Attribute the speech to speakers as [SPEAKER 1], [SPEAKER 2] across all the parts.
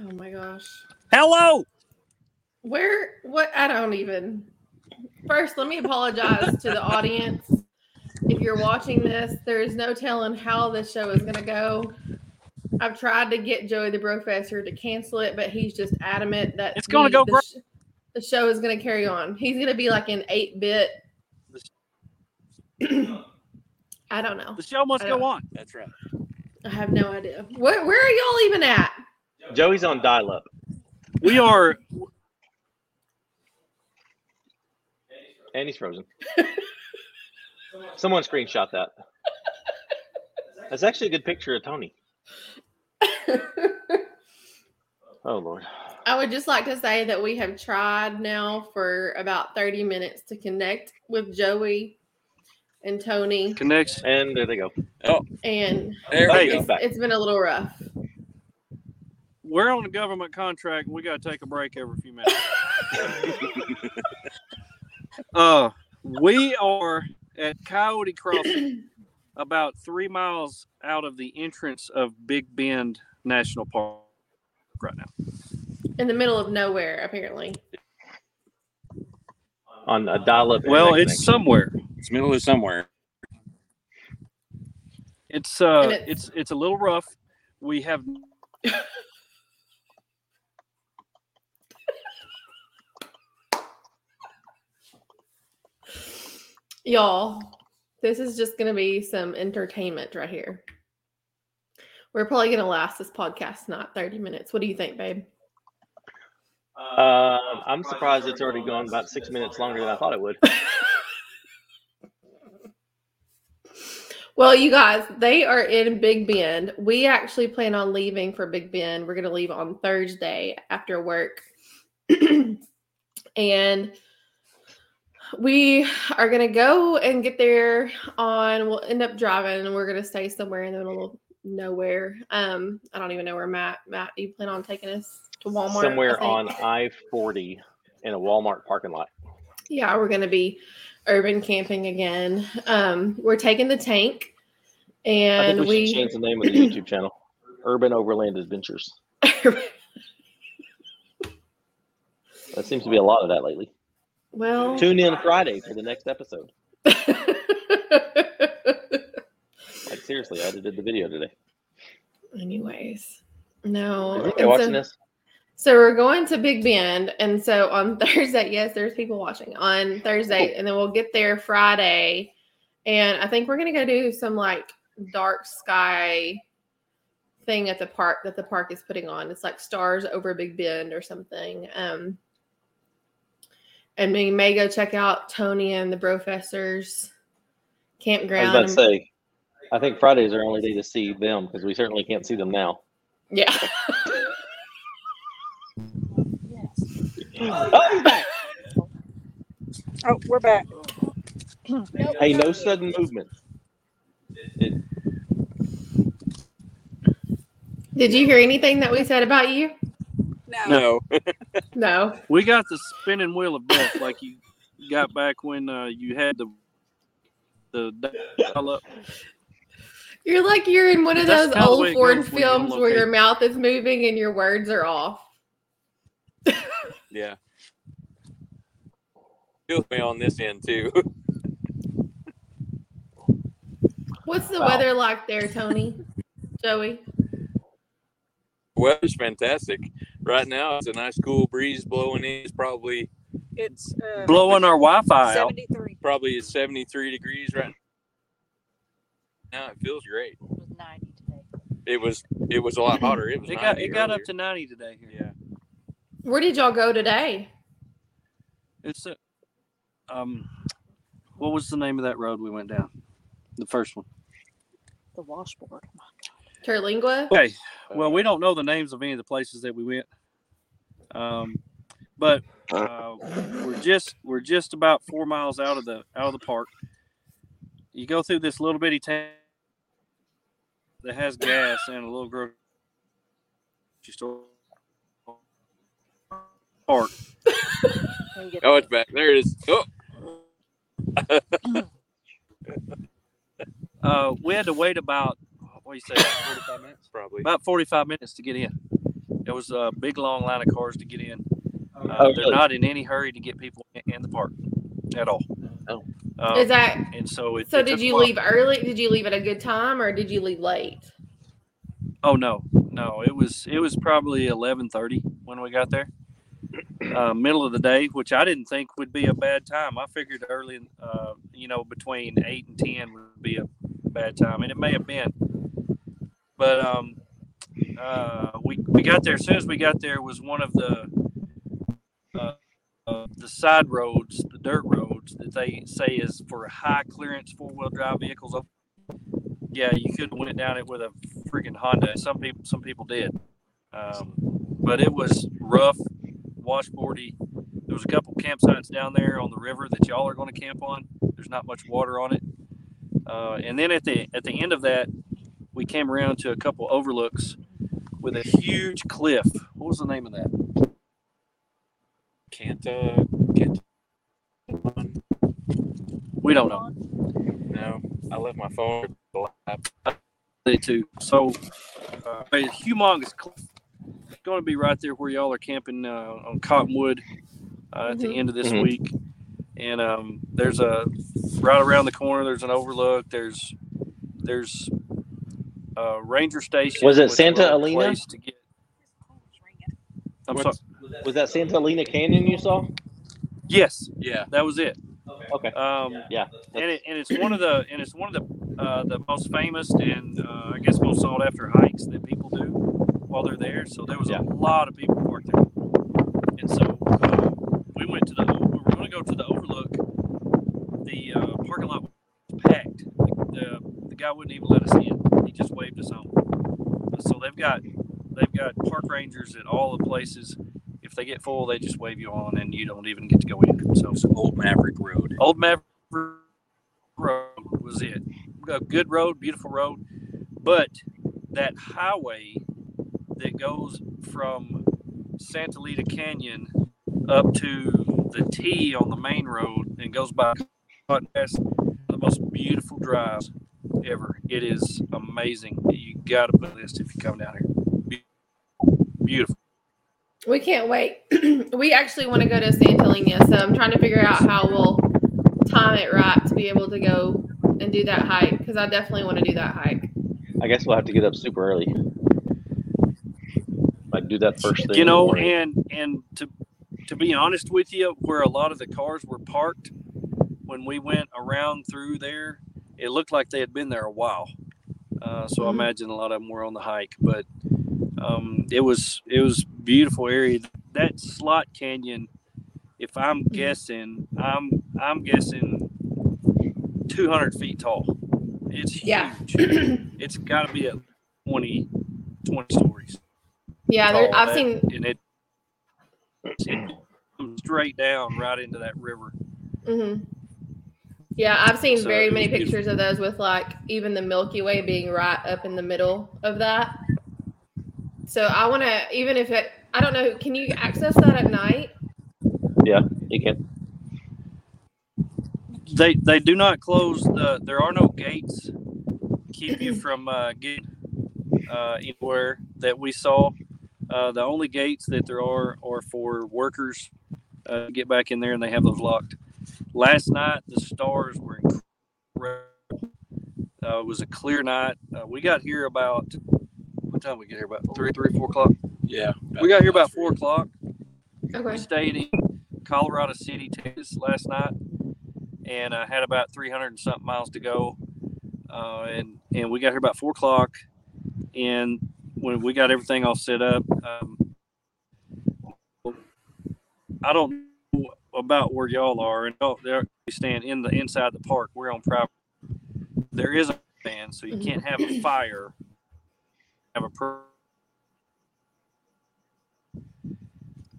[SPEAKER 1] Oh my gosh.
[SPEAKER 2] Hello.
[SPEAKER 1] Where? What? I don't even. First, let me apologize to the audience. If you're watching this, there is no telling how this show is going to go. I've tried to get Joey the Professor to cancel it, but he's just adamant that
[SPEAKER 2] It's gonna
[SPEAKER 1] the-
[SPEAKER 2] go
[SPEAKER 1] the,
[SPEAKER 2] great.
[SPEAKER 1] sh- the show is going to carry on. He's going to be like an eight bit. I don't know.
[SPEAKER 2] The show must
[SPEAKER 1] I
[SPEAKER 2] go
[SPEAKER 1] know.
[SPEAKER 2] on. That's right.
[SPEAKER 1] I have no idea. Where, where are y'all even at?
[SPEAKER 3] Joey's on dial up.
[SPEAKER 2] We are.
[SPEAKER 3] And he's frozen. Someone screenshot that. That's actually a good picture of Tony. Oh Lord.
[SPEAKER 1] I would just like to say that we have tried now for about 30 minutes to connect with Joey and Tony,
[SPEAKER 2] Connects.
[SPEAKER 3] And there they go.
[SPEAKER 1] and
[SPEAKER 4] There
[SPEAKER 3] Hey.
[SPEAKER 4] we go.
[SPEAKER 1] it's,
[SPEAKER 3] back.
[SPEAKER 1] it's been a little rough.
[SPEAKER 2] We're on a government contract. We got to take a break every few minutes. uh, we are at Coyote Crossing, about three miles out of the entrance of Big Bend National Park right now.
[SPEAKER 1] In the middle of nowhere, apparently.
[SPEAKER 3] On uh, a dial up.
[SPEAKER 2] Well, it's somewhere.
[SPEAKER 4] It's middle of somewhere.
[SPEAKER 2] It's uh,
[SPEAKER 1] And it's-
[SPEAKER 2] it's it's a little rough. We have
[SPEAKER 1] Y'all, this is just going to be some entertainment right here. We're probably going to last this podcast not 30 minutes. What do you think, babe?
[SPEAKER 3] Uh, I'm surprised it's already gone about six minutes longer than I thought it would.
[SPEAKER 1] Well, you guys, they are in Big Bend. We actually plan on leaving for Big Bend. We're going to leave on Thursday after work. and we are going to go and get there on, we'll end up driving and we're going to stay somewhere in the middle of nowhere. Um, I don't even know where Matt, Matt, do you plan on taking us to Walmart? I
[SPEAKER 3] Somewhere
[SPEAKER 1] think?
[SPEAKER 3] on I 40 in a Walmart parking lot.
[SPEAKER 1] Yeah, we're going to be urban camping again. Um, we're taking the tank
[SPEAKER 3] I
[SPEAKER 1] and
[SPEAKER 3] think we,
[SPEAKER 1] Uh, we
[SPEAKER 3] should change the name of the YouTube channel. Urban Overland Adventures. That seems to be a lot of that lately.
[SPEAKER 1] well,
[SPEAKER 3] Tune in Friday for the next episode. Like seriously, I did the video today.
[SPEAKER 1] anyways, no.
[SPEAKER 3] Is
[SPEAKER 1] and
[SPEAKER 3] anybody watching
[SPEAKER 1] so,
[SPEAKER 3] this?
[SPEAKER 1] so we're going to Big Bend, and so on Thursday, yes, there's people watching on Thursday, and then we'll get there Friday, and I think we're gonna go do some like dark sky thing at the park that the park is putting on. It's like stars over Big Bend or something. Um, and we may go check out Tony and the Brofessors
[SPEAKER 3] I was
[SPEAKER 1] campground.
[SPEAKER 3] about to say, I think Friday's our only day to see them because we certainly can't see them now.
[SPEAKER 1] Yeah.
[SPEAKER 3] Oh, he's back.
[SPEAKER 5] Oh, we're back.
[SPEAKER 3] Hey, no sudden movement. It-
[SPEAKER 1] Did you hear anything that we said about you?
[SPEAKER 5] No.
[SPEAKER 4] No.
[SPEAKER 1] No.
[SPEAKER 2] we got the spinning wheel of death like you got back when uh, you had the the dial up.
[SPEAKER 1] You're like you're in one of
[SPEAKER 2] That's
[SPEAKER 1] those
[SPEAKER 2] kinda the
[SPEAKER 1] old
[SPEAKER 2] way it
[SPEAKER 1] Ford
[SPEAKER 2] goes when you're on
[SPEAKER 1] films where your
[SPEAKER 2] location.
[SPEAKER 1] mouth is moving and your words are off.
[SPEAKER 4] Yeah. Feels me on this end too.
[SPEAKER 1] What's the
[SPEAKER 3] Wow.
[SPEAKER 1] weather like there, Tony? Joey?
[SPEAKER 4] Weather's fantastic. Right now it's a nice cool breeze blowing in. It's probably
[SPEAKER 5] It's uh,
[SPEAKER 2] blowing our Wi-Fi out.
[SPEAKER 5] 73.
[SPEAKER 4] probably 73 degrees right now. It feels great.
[SPEAKER 6] was 90 today.
[SPEAKER 4] It was it was a lot hotter. It was
[SPEAKER 2] It got
[SPEAKER 4] 90
[SPEAKER 2] it got up
[SPEAKER 4] earlier.
[SPEAKER 2] to ninety today. Here.
[SPEAKER 4] yeah.
[SPEAKER 1] Where did y'all go today?
[SPEAKER 2] It's a, um, what was the name of that road we went down? The first one.
[SPEAKER 6] The washboard.
[SPEAKER 1] Terlingua?
[SPEAKER 2] Okay. Well, we don't know the names of any of the places that we went. Um, but uh, we're just we're just about four miles out of the out of the park. You go through this little bitty town that has gas and a little grocery store park.
[SPEAKER 6] When you get
[SPEAKER 4] Oh,
[SPEAKER 6] there.
[SPEAKER 4] it's back. There it is. Oh,
[SPEAKER 2] Uh, we had to wait about what do you say, forty five minutes?
[SPEAKER 4] probably.
[SPEAKER 2] About forty five minutes to get in. There was a big long line of cars to get in. Uh,
[SPEAKER 3] Oh,
[SPEAKER 2] they're
[SPEAKER 3] really?
[SPEAKER 2] not in any hurry to get people in, in the park at all.
[SPEAKER 3] Oh.
[SPEAKER 2] Um,
[SPEAKER 1] Is that
[SPEAKER 2] and so it.
[SPEAKER 1] so?
[SPEAKER 2] it
[SPEAKER 1] Did
[SPEAKER 2] took a
[SPEAKER 1] you
[SPEAKER 2] while.
[SPEAKER 1] leave early? Did you leave at a good time or did you leave late?
[SPEAKER 2] Oh no, no. It was it was probably eleven thirty when we got there, uh, middle of the day, which I didn't think would be a bad time. I figured early, in, uh, you know, between eight and ten would be a bad time, and it may have been. But um, uh, we we got there as soon as we got there was one of the uh, uh, the side roads, the dirt roads that they say is for high clearance four wheel drive vehicles. Yeah, you could have went down it with a freaking Honda. Some people, some people did, um, but it was rough, washboardy. There was a couple campsites down there on the river that y'all are going to camp on. There's not much water on it, uh, and then at the at the end of that, we came around to a couple overlooks with a huge cliff. What was the name of that?
[SPEAKER 4] Can't uh can't
[SPEAKER 2] We don't know.
[SPEAKER 4] no. I left my phone at the lab.
[SPEAKER 2] They too. So uh, a humongous cliff. It's going to be right there where y'all are camping uh, on Cottonwood uh, at the
[SPEAKER 1] Mhm.
[SPEAKER 2] end of this
[SPEAKER 3] Mhm.
[SPEAKER 2] week. And um, there's a right around the corner. There's an overlook. There's there's a ranger station.
[SPEAKER 3] Was it
[SPEAKER 2] with a
[SPEAKER 3] Santa
[SPEAKER 2] little
[SPEAKER 3] Elena?
[SPEAKER 2] place to get- I'm sorry.
[SPEAKER 3] What's- Was that Santa Elena Canyon you saw?
[SPEAKER 2] Yes,
[SPEAKER 4] Yeah.
[SPEAKER 2] that was it.
[SPEAKER 3] Okay.
[SPEAKER 2] Um,
[SPEAKER 3] Yeah.
[SPEAKER 2] and, it, and it's one of the and it's one of the uh, the most famous and uh, I guess most sought after hikes that people do while they're there. So there was
[SPEAKER 3] Yeah.
[SPEAKER 2] a lot of people parked there, and so uh, we went to the we were going to go to the overlook. The uh, parking lot was packed. The, the guy wouldn't even let us in. He just waved us on. So they've got they've got park rangers at all the places. If they get full, they just wave you on, and you don't even get to go in. So
[SPEAKER 4] It's old Maverick Road.
[SPEAKER 2] Old Maverick Road was it. A good road, beautiful road, but that highway that goes from Santa Lita Canyon up to the T on the main road and goes by Cotton Pass, the most beautiful drives ever. It is amazing. You got to put this if you come down here. Be- Beautiful.
[SPEAKER 1] We can't wait. we actually want to go to Santa Elena, so I'm trying to figure out how we'll time it right to be able to go and do that hike because I definitely want to do that hike.
[SPEAKER 3] I guess we'll have to get up super early. Like do that first thing.
[SPEAKER 2] you
[SPEAKER 3] in the
[SPEAKER 2] know
[SPEAKER 3] morning.
[SPEAKER 2] and and to to be honest with you where a lot of the cars were parked when we went around through there it looked like they had been there a while uh, so i
[SPEAKER 1] Mhm.
[SPEAKER 3] Mm-hmm.
[SPEAKER 2] imagine a lot of them were on the hike but um, it was it was beautiful area that slot canyon if i'm
[SPEAKER 3] Mm-hmm.
[SPEAKER 2] guessing i'm i'm guessing 200 feet tall it's
[SPEAKER 1] Yeah.
[SPEAKER 2] huge it's got to be at 20 20 stories
[SPEAKER 1] Yeah, there,
[SPEAKER 2] all
[SPEAKER 1] I've
[SPEAKER 2] that,
[SPEAKER 1] seen.
[SPEAKER 2] and it, it comes straight down right into that river.
[SPEAKER 1] mhm. Yeah, I've seen
[SPEAKER 2] So
[SPEAKER 1] very
[SPEAKER 2] it
[SPEAKER 1] many
[SPEAKER 2] was beautiful.
[SPEAKER 1] pictures of those with like even the Milky Way being right up in the middle of that. So I want to, even if it, I don't know, can you access that at night?
[SPEAKER 3] You can-
[SPEAKER 2] They they do not close the. There are no gates to keep you from uh, getting uh, anywhere that we saw. Uh, the only gates that there are are for workers uh, to get back in there, and they have those locked. Last night the stars were incredible. Uh, it was a clear night. Uh, we got here about what time? We get here about three, three, four o'clock.
[SPEAKER 4] Yeah.
[SPEAKER 2] We got here about four o'clock. We
[SPEAKER 1] Okay.
[SPEAKER 2] stayed in Colorado City, Texas last night, and uh, had about 300 and something miles to go. Uh, and and we got here about four o'clock, and when we got everything all set up, um, I don't know about where y'all are, and oh, there we stand in the inside the park. We're on private. There is a ban, so you
[SPEAKER 1] Mm-hmm.
[SPEAKER 2] can't have a fire. Have a per-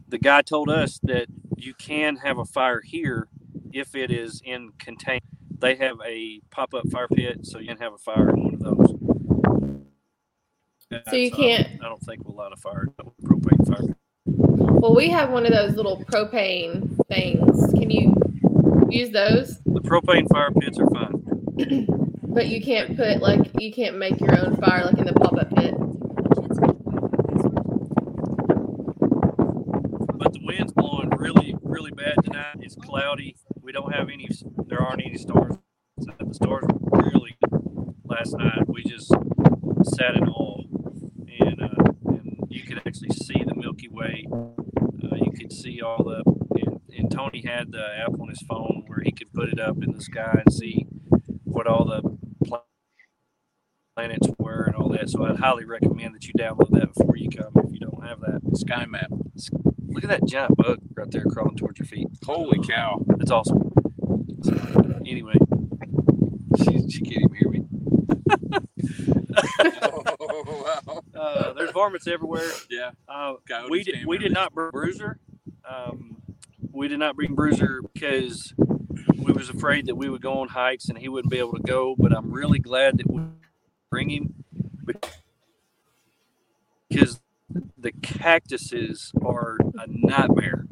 [SPEAKER 2] the guy told us that you can have a fire here if it is in contain. They have a pop up fire pit, so you can have a fire in one of those.
[SPEAKER 1] So you
[SPEAKER 2] That's, uh,
[SPEAKER 1] can't-
[SPEAKER 2] I don't think we'll light a fire. Propane fire. pit.
[SPEAKER 1] Well, we have one of those little propane things. Can you use those?
[SPEAKER 2] The propane fire pits are fine.
[SPEAKER 1] But you can't put like you can't make your own fire like in the pop up pit.
[SPEAKER 2] but the wind's blowing really, really bad tonight. It's cloudy. We don't have any. There aren't any stars. The stars were really good last night. We just sat in awe, and, uh, and you could actually see the Milky Way. Uh, you could see all the. And, and Tony had the app on his phone where he could put it up in the sky and see what all the pla- planets were and all that. So I'd highly recommend that you download that before you come if you don't have that.
[SPEAKER 4] Sky map.
[SPEAKER 2] Look at that giant bug right there crawling towards your feet.
[SPEAKER 4] Holy cow.
[SPEAKER 2] That's awesome. So, anyway,
[SPEAKER 4] She, she can't even hear me. oh, wow.
[SPEAKER 2] uh, there's varmints everywhere.
[SPEAKER 4] Yeah.
[SPEAKER 2] Uh,
[SPEAKER 4] coyotes
[SPEAKER 2] we did
[SPEAKER 4] came
[SPEAKER 2] we
[SPEAKER 4] in.
[SPEAKER 2] did not bring Bruiser. Um, we did not bring Bruiser because we was afraid that we would go on hikes and he wouldn't be able to go. But I'm really glad that we bring him because the cactuses are a nightmare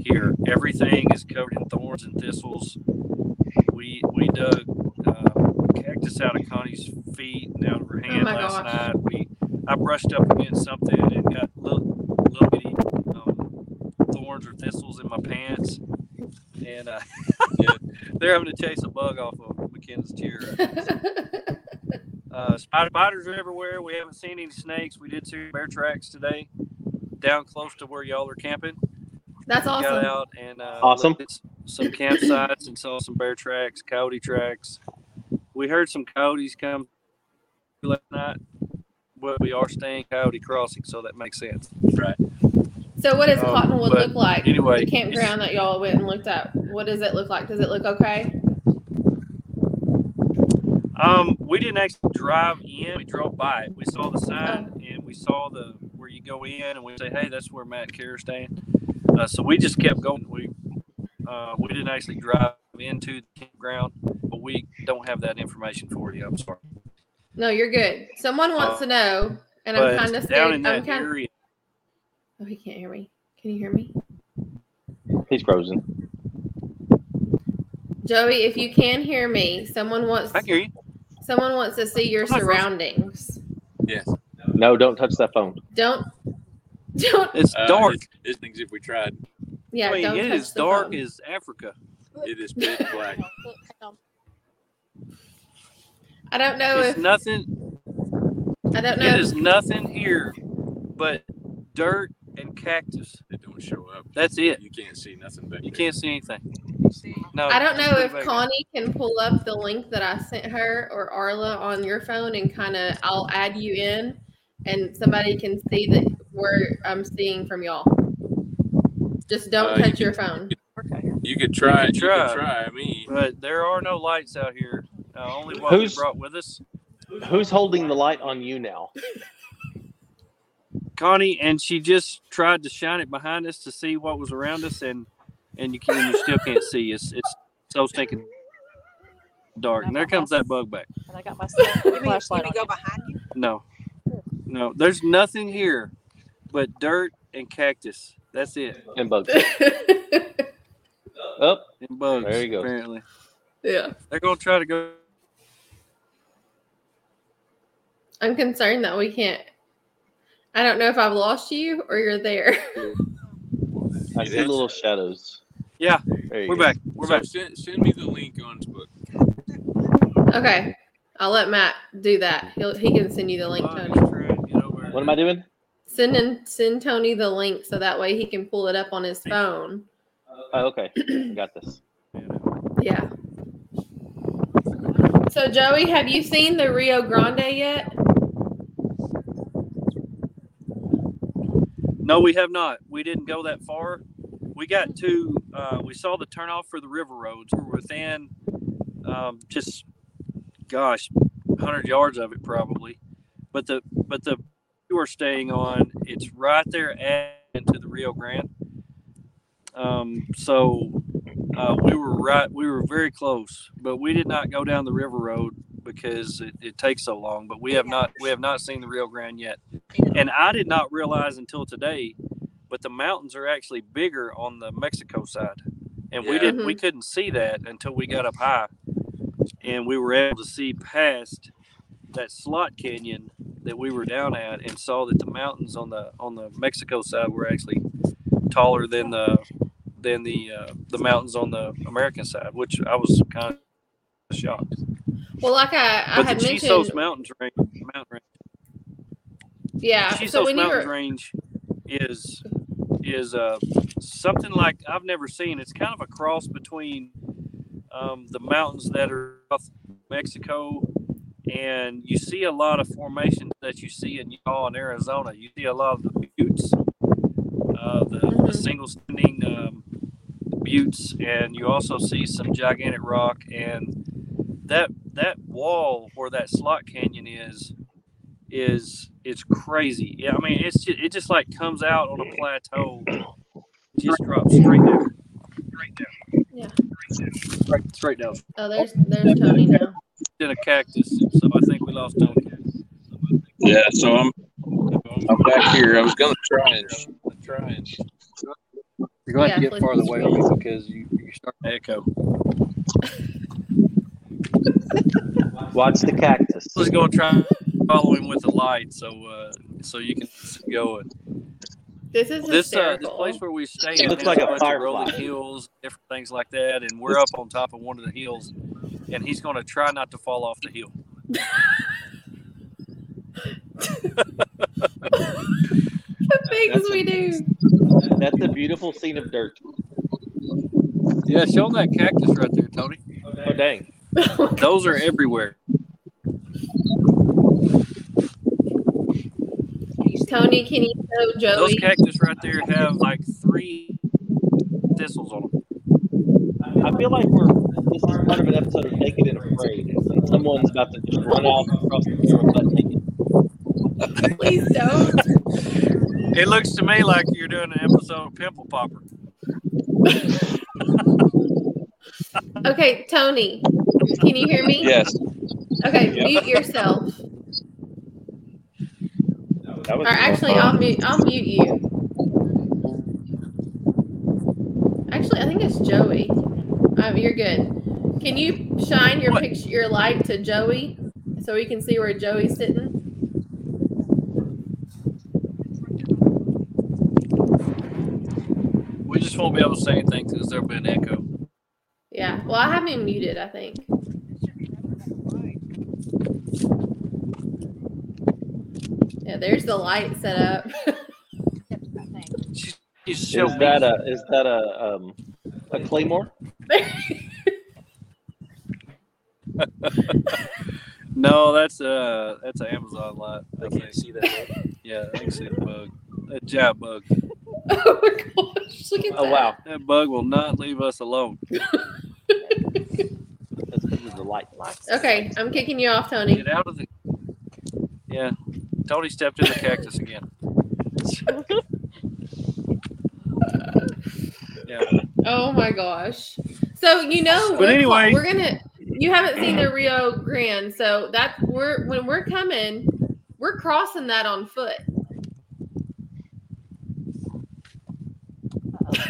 [SPEAKER 2] here. Everything is covered in thorns and thistles. We we dug uh, cactus out of Connie's feet and out of her hand
[SPEAKER 1] Oh my
[SPEAKER 2] last
[SPEAKER 1] gosh.
[SPEAKER 2] night. We I brushed up against something and got little little bitty um, thorns or thistles in my pants, and uh, they're having to chase a bug off of McKenna's tear. right uh, spider, spiders are everywhere. We haven't seen any snakes. We did see bear tracks today, down close to where y'all are camping.
[SPEAKER 1] That's
[SPEAKER 2] Got
[SPEAKER 1] awesome.
[SPEAKER 2] out and uh,
[SPEAKER 3] Awesome.
[SPEAKER 2] looked at s- some campsites and saw some bear tracks, coyote tracks. We heard some coyotes come last night, but we are staying coyote crossing, so that makes sense. Right.
[SPEAKER 1] So, what does
[SPEAKER 2] Um,
[SPEAKER 1] Cottonwood
[SPEAKER 2] but
[SPEAKER 1] look like?
[SPEAKER 2] anyway,
[SPEAKER 1] the campground that y'all went and looked at. What does it look like? Does it look okay?
[SPEAKER 2] Um, we didn't actually drive in. We drove by it. We saw the sign
[SPEAKER 1] Oh.
[SPEAKER 2] and we saw the where you go in, and we say, "Hey, that's where Matt Kerr staying." Uh, so we just kept going. We uh, we didn't actually drive into the campground, but we don't have that information for you. I'm sorry.
[SPEAKER 1] No, you're good. Someone wants to know, and I'm
[SPEAKER 2] but
[SPEAKER 1] kind of
[SPEAKER 2] down
[SPEAKER 1] scared.
[SPEAKER 2] in
[SPEAKER 1] I'm
[SPEAKER 2] that
[SPEAKER 1] kind.
[SPEAKER 2] area.
[SPEAKER 1] Oh, he can't hear me. Can you hear me,
[SPEAKER 3] He's frozen.
[SPEAKER 1] Joey? If you can hear me, someone wants.
[SPEAKER 2] I can hear you.
[SPEAKER 1] Someone wants to see your
[SPEAKER 2] I'm not frozen.
[SPEAKER 1] surroundings.
[SPEAKER 4] Yes.
[SPEAKER 3] No, don't touch that phone.
[SPEAKER 1] Don't. Don't.
[SPEAKER 2] It's
[SPEAKER 4] Uh,
[SPEAKER 2] dark.
[SPEAKER 4] It's, it's things if we tried.
[SPEAKER 1] Yeah,
[SPEAKER 2] I mean,
[SPEAKER 1] don't
[SPEAKER 2] it
[SPEAKER 1] touch
[SPEAKER 2] is
[SPEAKER 1] the
[SPEAKER 2] dark
[SPEAKER 1] phone.
[SPEAKER 2] as Africa.
[SPEAKER 4] It is pitch black.
[SPEAKER 6] Look, um,
[SPEAKER 1] I don't know
[SPEAKER 2] It's
[SPEAKER 1] Oh, if
[SPEAKER 2] nothing.
[SPEAKER 1] I don't know.
[SPEAKER 2] It is nothing here, but dirt and cactus.
[SPEAKER 4] It don't show up.
[SPEAKER 2] That's it.
[SPEAKER 4] You can't see nothing back
[SPEAKER 2] You
[SPEAKER 4] there.
[SPEAKER 2] can't see anything. No.
[SPEAKER 1] I don't know
[SPEAKER 2] it's
[SPEAKER 1] if
[SPEAKER 2] pretty bad.
[SPEAKER 1] Connie can pull up the link that I sent her or Arla on your phone and kind of I'll add you in and somebody can see that where I'm seeing from y'all. Just don't
[SPEAKER 4] Uh, you
[SPEAKER 1] touch your phone.
[SPEAKER 6] work out here.
[SPEAKER 4] You could try. You could try.
[SPEAKER 2] try.
[SPEAKER 4] me.
[SPEAKER 2] But there are no lights out here. Uh, only what
[SPEAKER 3] Who's-
[SPEAKER 2] we brought with us.
[SPEAKER 3] Who's holding the light on you now?
[SPEAKER 2] Connie, and she just tried to shine it behind us to see what was around us, and and you can you still can't see. It's it's so stinking dark. And there comes that bug back.
[SPEAKER 6] And I got my cell
[SPEAKER 7] You mean, you
[SPEAKER 6] flashlight
[SPEAKER 7] mean go
[SPEAKER 6] on.
[SPEAKER 7] behind you?
[SPEAKER 2] No, no, there's nothing here, but dirt and cactus. That's it.
[SPEAKER 3] And bugs. oh,
[SPEAKER 2] And bugs.
[SPEAKER 3] There you go.
[SPEAKER 2] Apparently,
[SPEAKER 1] yeah.
[SPEAKER 2] they're gonna try to go.
[SPEAKER 1] I'm concerned that we can't. I don't know if I've lost you or you're there.
[SPEAKER 3] I see little shadows.
[SPEAKER 2] Yeah,
[SPEAKER 3] There you
[SPEAKER 2] We're
[SPEAKER 3] go.
[SPEAKER 2] back. We're
[SPEAKER 4] So
[SPEAKER 2] back.
[SPEAKER 4] send, send me the link on Facebook.
[SPEAKER 1] okay. I'll let Matt do that. He'll, he can send you the link, Tony.
[SPEAKER 3] What am I doing?
[SPEAKER 1] Send in, send Tony the link so that way he can pull it up on his phone.
[SPEAKER 3] Oh, okay. Got this.
[SPEAKER 1] Yeah. So Joey, have you seen the Rio Grande yet?
[SPEAKER 2] No, we have not. We didn't go that far. We got to, uh, we saw the turnoff for the river roads. We're within um, just, gosh, 100 yards of it probably. But the, but the, you are staying on, it's right there at, to the Rio Grande. Um, so uh, we were right, we were very close, but we did not go down the river road because it, it takes so long. But we have not, we have not seen the Rio Grande yet and I did not realize until today, but the mountains are actually bigger on the Mexico side, and we
[SPEAKER 4] Yeah.
[SPEAKER 2] didn't
[SPEAKER 1] Mm-hmm.
[SPEAKER 2] we couldn't see that until we got up high, and we were able to see past that slot canyon that we were down at, and saw that the mountains on the on the Mexico side were actually taller than the than the uh, the mountains on the American side, which I was kind of shocked.
[SPEAKER 1] Well, like I, I
[SPEAKER 2] But
[SPEAKER 1] had
[SPEAKER 2] the Chisos
[SPEAKER 1] mentioned,
[SPEAKER 2] mountains range, mountain range,
[SPEAKER 1] yeah.
[SPEAKER 2] Chisos
[SPEAKER 1] So when you
[SPEAKER 2] mountains
[SPEAKER 1] were,
[SPEAKER 2] range is is uh, something like I've never seen. It's kind of a cross between um, the mountains that are off Mexico, and you see a lot of formations that you see in Utah and Arizona. You see a lot of the buttes, uh, the, the
[SPEAKER 1] Mhm.
[SPEAKER 2] single standing um, buttes, and you also see some gigantic rock and that that wall where that slot canyon is is it's crazy. Yeah, I mean it's just, it just like comes out on a plateau, just drops straight down, straight down.
[SPEAKER 1] Yeah.
[SPEAKER 2] Straight, straight down
[SPEAKER 1] oh, there's there's Tony now.
[SPEAKER 2] in a cactus, so I think we lost Tony.
[SPEAKER 4] Yeah, so I'm I'm back here. I was gonna try and try and
[SPEAKER 2] You're going to have
[SPEAKER 1] Yeah,
[SPEAKER 2] to get farther away from me because you, you start to echo.
[SPEAKER 3] Watch the cactus.
[SPEAKER 2] Let's go and try and follow him with the light, so uh, so you can go. And
[SPEAKER 1] This is
[SPEAKER 2] this uh, this
[SPEAKER 1] hysterical.
[SPEAKER 2] place where we stay
[SPEAKER 3] It looks
[SPEAKER 2] has
[SPEAKER 3] like a
[SPEAKER 2] bunch of
[SPEAKER 3] firefly.
[SPEAKER 2] rolling hills, different things like that, and we're up on top of one of the hills, and he's going to try not to fall off the hill.
[SPEAKER 1] the things we do.
[SPEAKER 3] That's a beautiful scene of dirt.
[SPEAKER 2] Yeah, show him that cactus right there, Tony.
[SPEAKER 3] Oh dang!
[SPEAKER 2] Those are everywhere.
[SPEAKER 1] Tony, can you show
[SPEAKER 2] Those
[SPEAKER 1] Joey?
[SPEAKER 2] cactus right there have like three thistles on them.
[SPEAKER 3] I feel like we're this is part of an episode of Naked and Afraid. And someone's about to just run out across the camera butt naked.
[SPEAKER 1] Please don't.
[SPEAKER 2] It looks to me like you're doing an episode of Pimple Popper.
[SPEAKER 1] Okay, Tony, can you hear me?
[SPEAKER 4] Yes.
[SPEAKER 1] Okay,
[SPEAKER 4] Yeah.
[SPEAKER 1] mute yourself.
[SPEAKER 3] That was
[SPEAKER 1] Or actually, I'll mute. I'll mute you. Actually, I think it's Joey. Um, you're good. Can you shine your
[SPEAKER 2] What?
[SPEAKER 1] picture, your light to Joey, so we can see where Joey's sitting?
[SPEAKER 2] We just won't be able to say anything because there'll be an echo.
[SPEAKER 1] Yeah. Well, I have him muted. I think. Yeah. There's the light set up.
[SPEAKER 2] She's, she's so
[SPEAKER 3] Is that a is that a um a claymore?
[SPEAKER 2] no, that's a that's an Amazon light. I can't see that. yeah, I can see the bug. That giant bug.
[SPEAKER 1] oh my gosh! Look at
[SPEAKER 3] Oh
[SPEAKER 1] that.
[SPEAKER 3] wow!
[SPEAKER 2] That bug will not leave us alone.
[SPEAKER 3] That's because of the light. lights.
[SPEAKER 1] Okay, I'm kicking you off, Tony.
[SPEAKER 2] Get out of the. Yeah, Tony stepped in the cactus again. yeah.
[SPEAKER 1] Oh my gosh. So you know,
[SPEAKER 2] But
[SPEAKER 1] we're-
[SPEAKER 2] anyway-
[SPEAKER 1] we're gonna. You haven't seen the Rio Grande, so that we're when we're coming, we're crossing that on foot.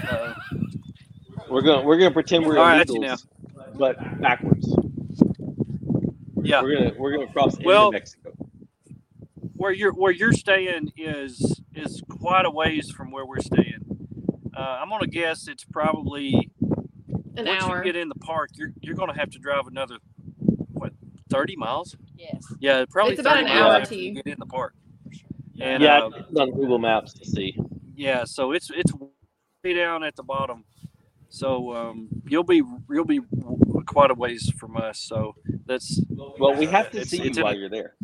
[SPEAKER 2] Uh,
[SPEAKER 3] We're gonna we're gonna pretend we're
[SPEAKER 2] All right, I see
[SPEAKER 3] illegals, but backwards.
[SPEAKER 2] yeah.
[SPEAKER 3] We're gonna we're gonna cross
[SPEAKER 2] Well-
[SPEAKER 3] into Mexico.
[SPEAKER 2] where you're where you're staying is is quite a ways from where we're staying. Uh, I'm gonna guess it's probably
[SPEAKER 1] An
[SPEAKER 2] once
[SPEAKER 1] hour.
[SPEAKER 2] you get in the park, you're you're gonna have to drive another what thirty miles?
[SPEAKER 6] Yes.
[SPEAKER 2] Yeah, probably
[SPEAKER 1] It's about
[SPEAKER 2] 30
[SPEAKER 1] an
[SPEAKER 2] miles
[SPEAKER 1] hour
[SPEAKER 2] after
[SPEAKER 1] to
[SPEAKER 2] you
[SPEAKER 1] you.
[SPEAKER 2] get in the park. And
[SPEAKER 3] yeah,
[SPEAKER 2] uh,
[SPEAKER 3] I looked on Google Maps to see.
[SPEAKER 2] yeah, so it's it's way down at the bottom. So um, you'll be you'll be quite a ways from us. So that's
[SPEAKER 3] Well, we have to
[SPEAKER 2] it's-
[SPEAKER 3] see
[SPEAKER 2] it's
[SPEAKER 3] you
[SPEAKER 2] in-
[SPEAKER 3] while you're there.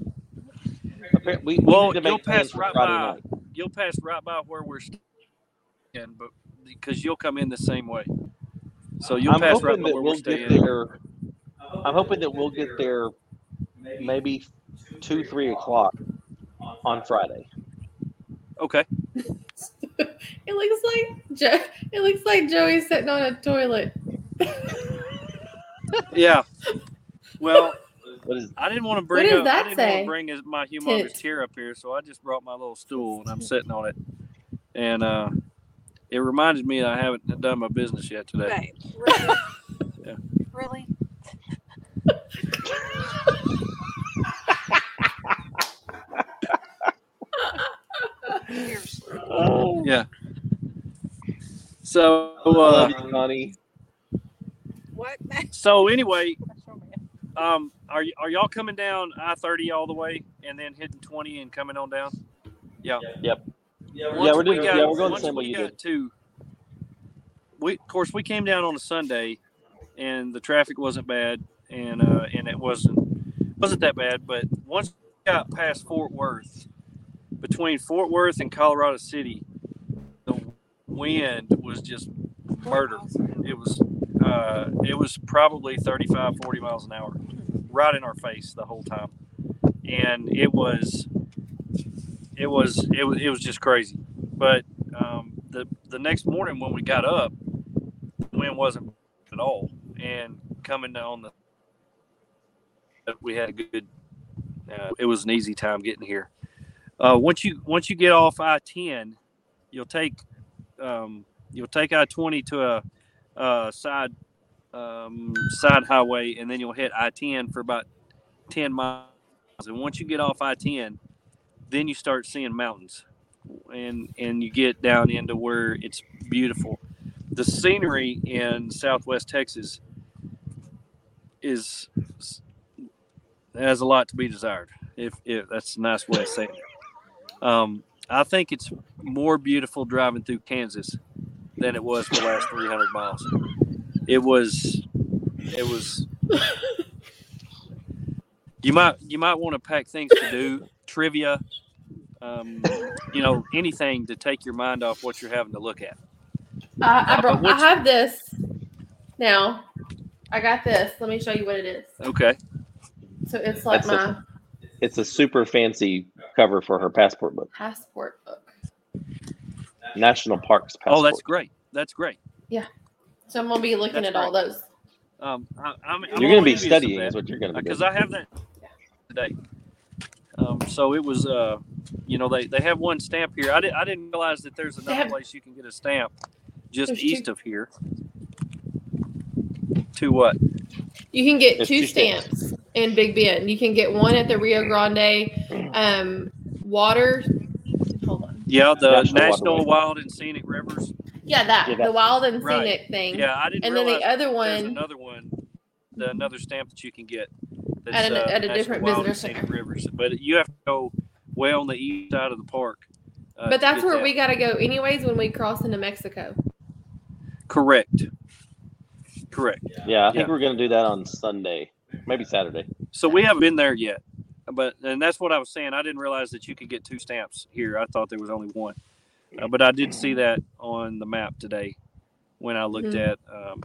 [SPEAKER 3] Appar- We, we
[SPEAKER 2] Well,
[SPEAKER 3] need to
[SPEAKER 2] you'll
[SPEAKER 3] make plans
[SPEAKER 2] pass
[SPEAKER 3] for
[SPEAKER 2] right
[SPEAKER 3] Friday
[SPEAKER 2] by.
[SPEAKER 3] night.
[SPEAKER 2] you'll pass right by where we're staying, but because you'll come in the same way. So you'll
[SPEAKER 3] I'm
[SPEAKER 2] pass
[SPEAKER 3] hoping
[SPEAKER 2] right by where
[SPEAKER 3] that we'll
[SPEAKER 2] we're
[SPEAKER 3] get
[SPEAKER 2] staying.
[SPEAKER 3] there. I'm hoping that we'll get there maybe two, three o'clock on Friday.
[SPEAKER 2] Okay.
[SPEAKER 1] it looks like jo- it looks like Joey's sitting on a toilet.
[SPEAKER 2] Yeah. Well,
[SPEAKER 3] What is
[SPEAKER 2] I didn't want to bring
[SPEAKER 1] does
[SPEAKER 2] up,
[SPEAKER 1] that
[SPEAKER 2] I didn't want
[SPEAKER 1] say?
[SPEAKER 2] to bring his, my humongous
[SPEAKER 1] Tit.
[SPEAKER 2] chair up here, so I just brought my little stool and I'm sitting on it. And uh, it reminded me I haven't done my business yet today.
[SPEAKER 8] Babe.
[SPEAKER 6] Really?
[SPEAKER 2] Yeah.
[SPEAKER 6] Really? Seriously.
[SPEAKER 3] oh,
[SPEAKER 2] Yeah. So,
[SPEAKER 3] Love
[SPEAKER 2] uh,
[SPEAKER 3] you, Connie.
[SPEAKER 9] What?
[SPEAKER 2] so anyway, um, are y- are y'all coming down I thirty all the way and then hitting twenty and coming on down?
[SPEAKER 3] Yeah, we're doing.
[SPEAKER 2] we
[SPEAKER 3] Yeah, we're going the
[SPEAKER 2] once
[SPEAKER 3] same way
[SPEAKER 2] we
[SPEAKER 3] you
[SPEAKER 2] got
[SPEAKER 3] did.
[SPEAKER 2] to- we of course we came down on a Sunday, and the traffic wasn't bad, and uh, and it wasn't wasn't that bad. But once we got past Fort Worth, between Fort Worth and Colorado City, the wind was just murder. It was uh, it was probably 35, 40 miles an hour, right in our face the whole time, and it was it was it was it was just crazy. But um, the the next morning when we got up, the wind wasn't at all, and coming down the, we had a good. Uh, it was an easy time getting here. Uh, once you once you get off I ten, you'll take um, you'll take I twenty to a, uh side um, side highway, and then you'll hit I ten for about ten miles. And once you get off I ten, then you start seeing mountains and and you get down into where it's beautiful the scenery in southwest texas is has a lot to be desired if, if that's a nice way of saying it um, i think it's more beautiful driving through kansas than it was the last 300 miles it was it was you might you might want to pack things to do trivia um, you know, anything to take your mind off what you're having to look at.
[SPEAKER 1] I, I, brought, I
[SPEAKER 2] Uh, What's-
[SPEAKER 1] have this now. I got this. Let me show you what it is.
[SPEAKER 2] Okay. Oh,
[SPEAKER 1] So it's like
[SPEAKER 3] That's
[SPEAKER 1] my
[SPEAKER 3] It's a super fancy cover for her passport book,
[SPEAKER 1] passport book.
[SPEAKER 3] National Parks passport.
[SPEAKER 2] Oh, that's great. That's great.
[SPEAKER 1] So I'm gonna be looking
[SPEAKER 2] That's
[SPEAKER 1] at all those.
[SPEAKER 2] Um, I, I'm, I'm
[SPEAKER 3] You're going to be
[SPEAKER 2] envious of
[SPEAKER 3] studying,
[SPEAKER 2] that.
[SPEAKER 3] is what you're going to be
[SPEAKER 2] because
[SPEAKER 3] doing.
[SPEAKER 2] I have that today. Um, so it was, uh, you know, they, they have one stamp here. I, di- I didn't realize that there's another
[SPEAKER 1] have-
[SPEAKER 2] place you can get a stamp just
[SPEAKER 1] There's two-
[SPEAKER 2] east of here. To what?
[SPEAKER 1] You can get
[SPEAKER 3] There's
[SPEAKER 1] two
[SPEAKER 3] two stamps.
[SPEAKER 1] stamps in Big Bend. You can get one at the Rio Grande um, water. Hold on.
[SPEAKER 2] Yeah, the
[SPEAKER 3] National
[SPEAKER 2] National,
[SPEAKER 3] Waterway.
[SPEAKER 2] Wild and Scenic Rivers.
[SPEAKER 1] Yeah, that
[SPEAKER 3] Yeah, that-
[SPEAKER 1] the wild and
[SPEAKER 2] Right.
[SPEAKER 1] scenic thing.
[SPEAKER 2] Yeah, I didn't
[SPEAKER 1] And then
[SPEAKER 2] realize
[SPEAKER 1] the other
[SPEAKER 2] There's
[SPEAKER 1] one.
[SPEAKER 2] another one, the, another stamp that you can get that's, uh,
[SPEAKER 1] At an- at a
[SPEAKER 2] National
[SPEAKER 1] different
[SPEAKER 2] Wild and
[SPEAKER 1] visitor
[SPEAKER 2] Scenic
[SPEAKER 1] center.
[SPEAKER 2] Rivers, but you have to go way on the east side of the park. uh, to
[SPEAKER 1] But that's
[SPEAKER 2] get
[SPEAKER 1] where
[SPEAKER 2] that.
[SPEAKER 1] we gotta go anyways when we cross into Mexico.
[SPEAKER 2] correct, correct.
[SPEAKER 3] yeah, I think
[SPEAKER 2] Yeah.
[SPEAKER 3] we're going to do that on Sunday, maybe Saturday.
[SPEAKER 2] So we haven't been there yet, but and that's what I was saying. I didn't realize that you could get two stamps here. I thought there was only one, uh, but I did see that on the map today when I looked
[SPEAKER 1] Mhm.
[SPEAKER 2] at um,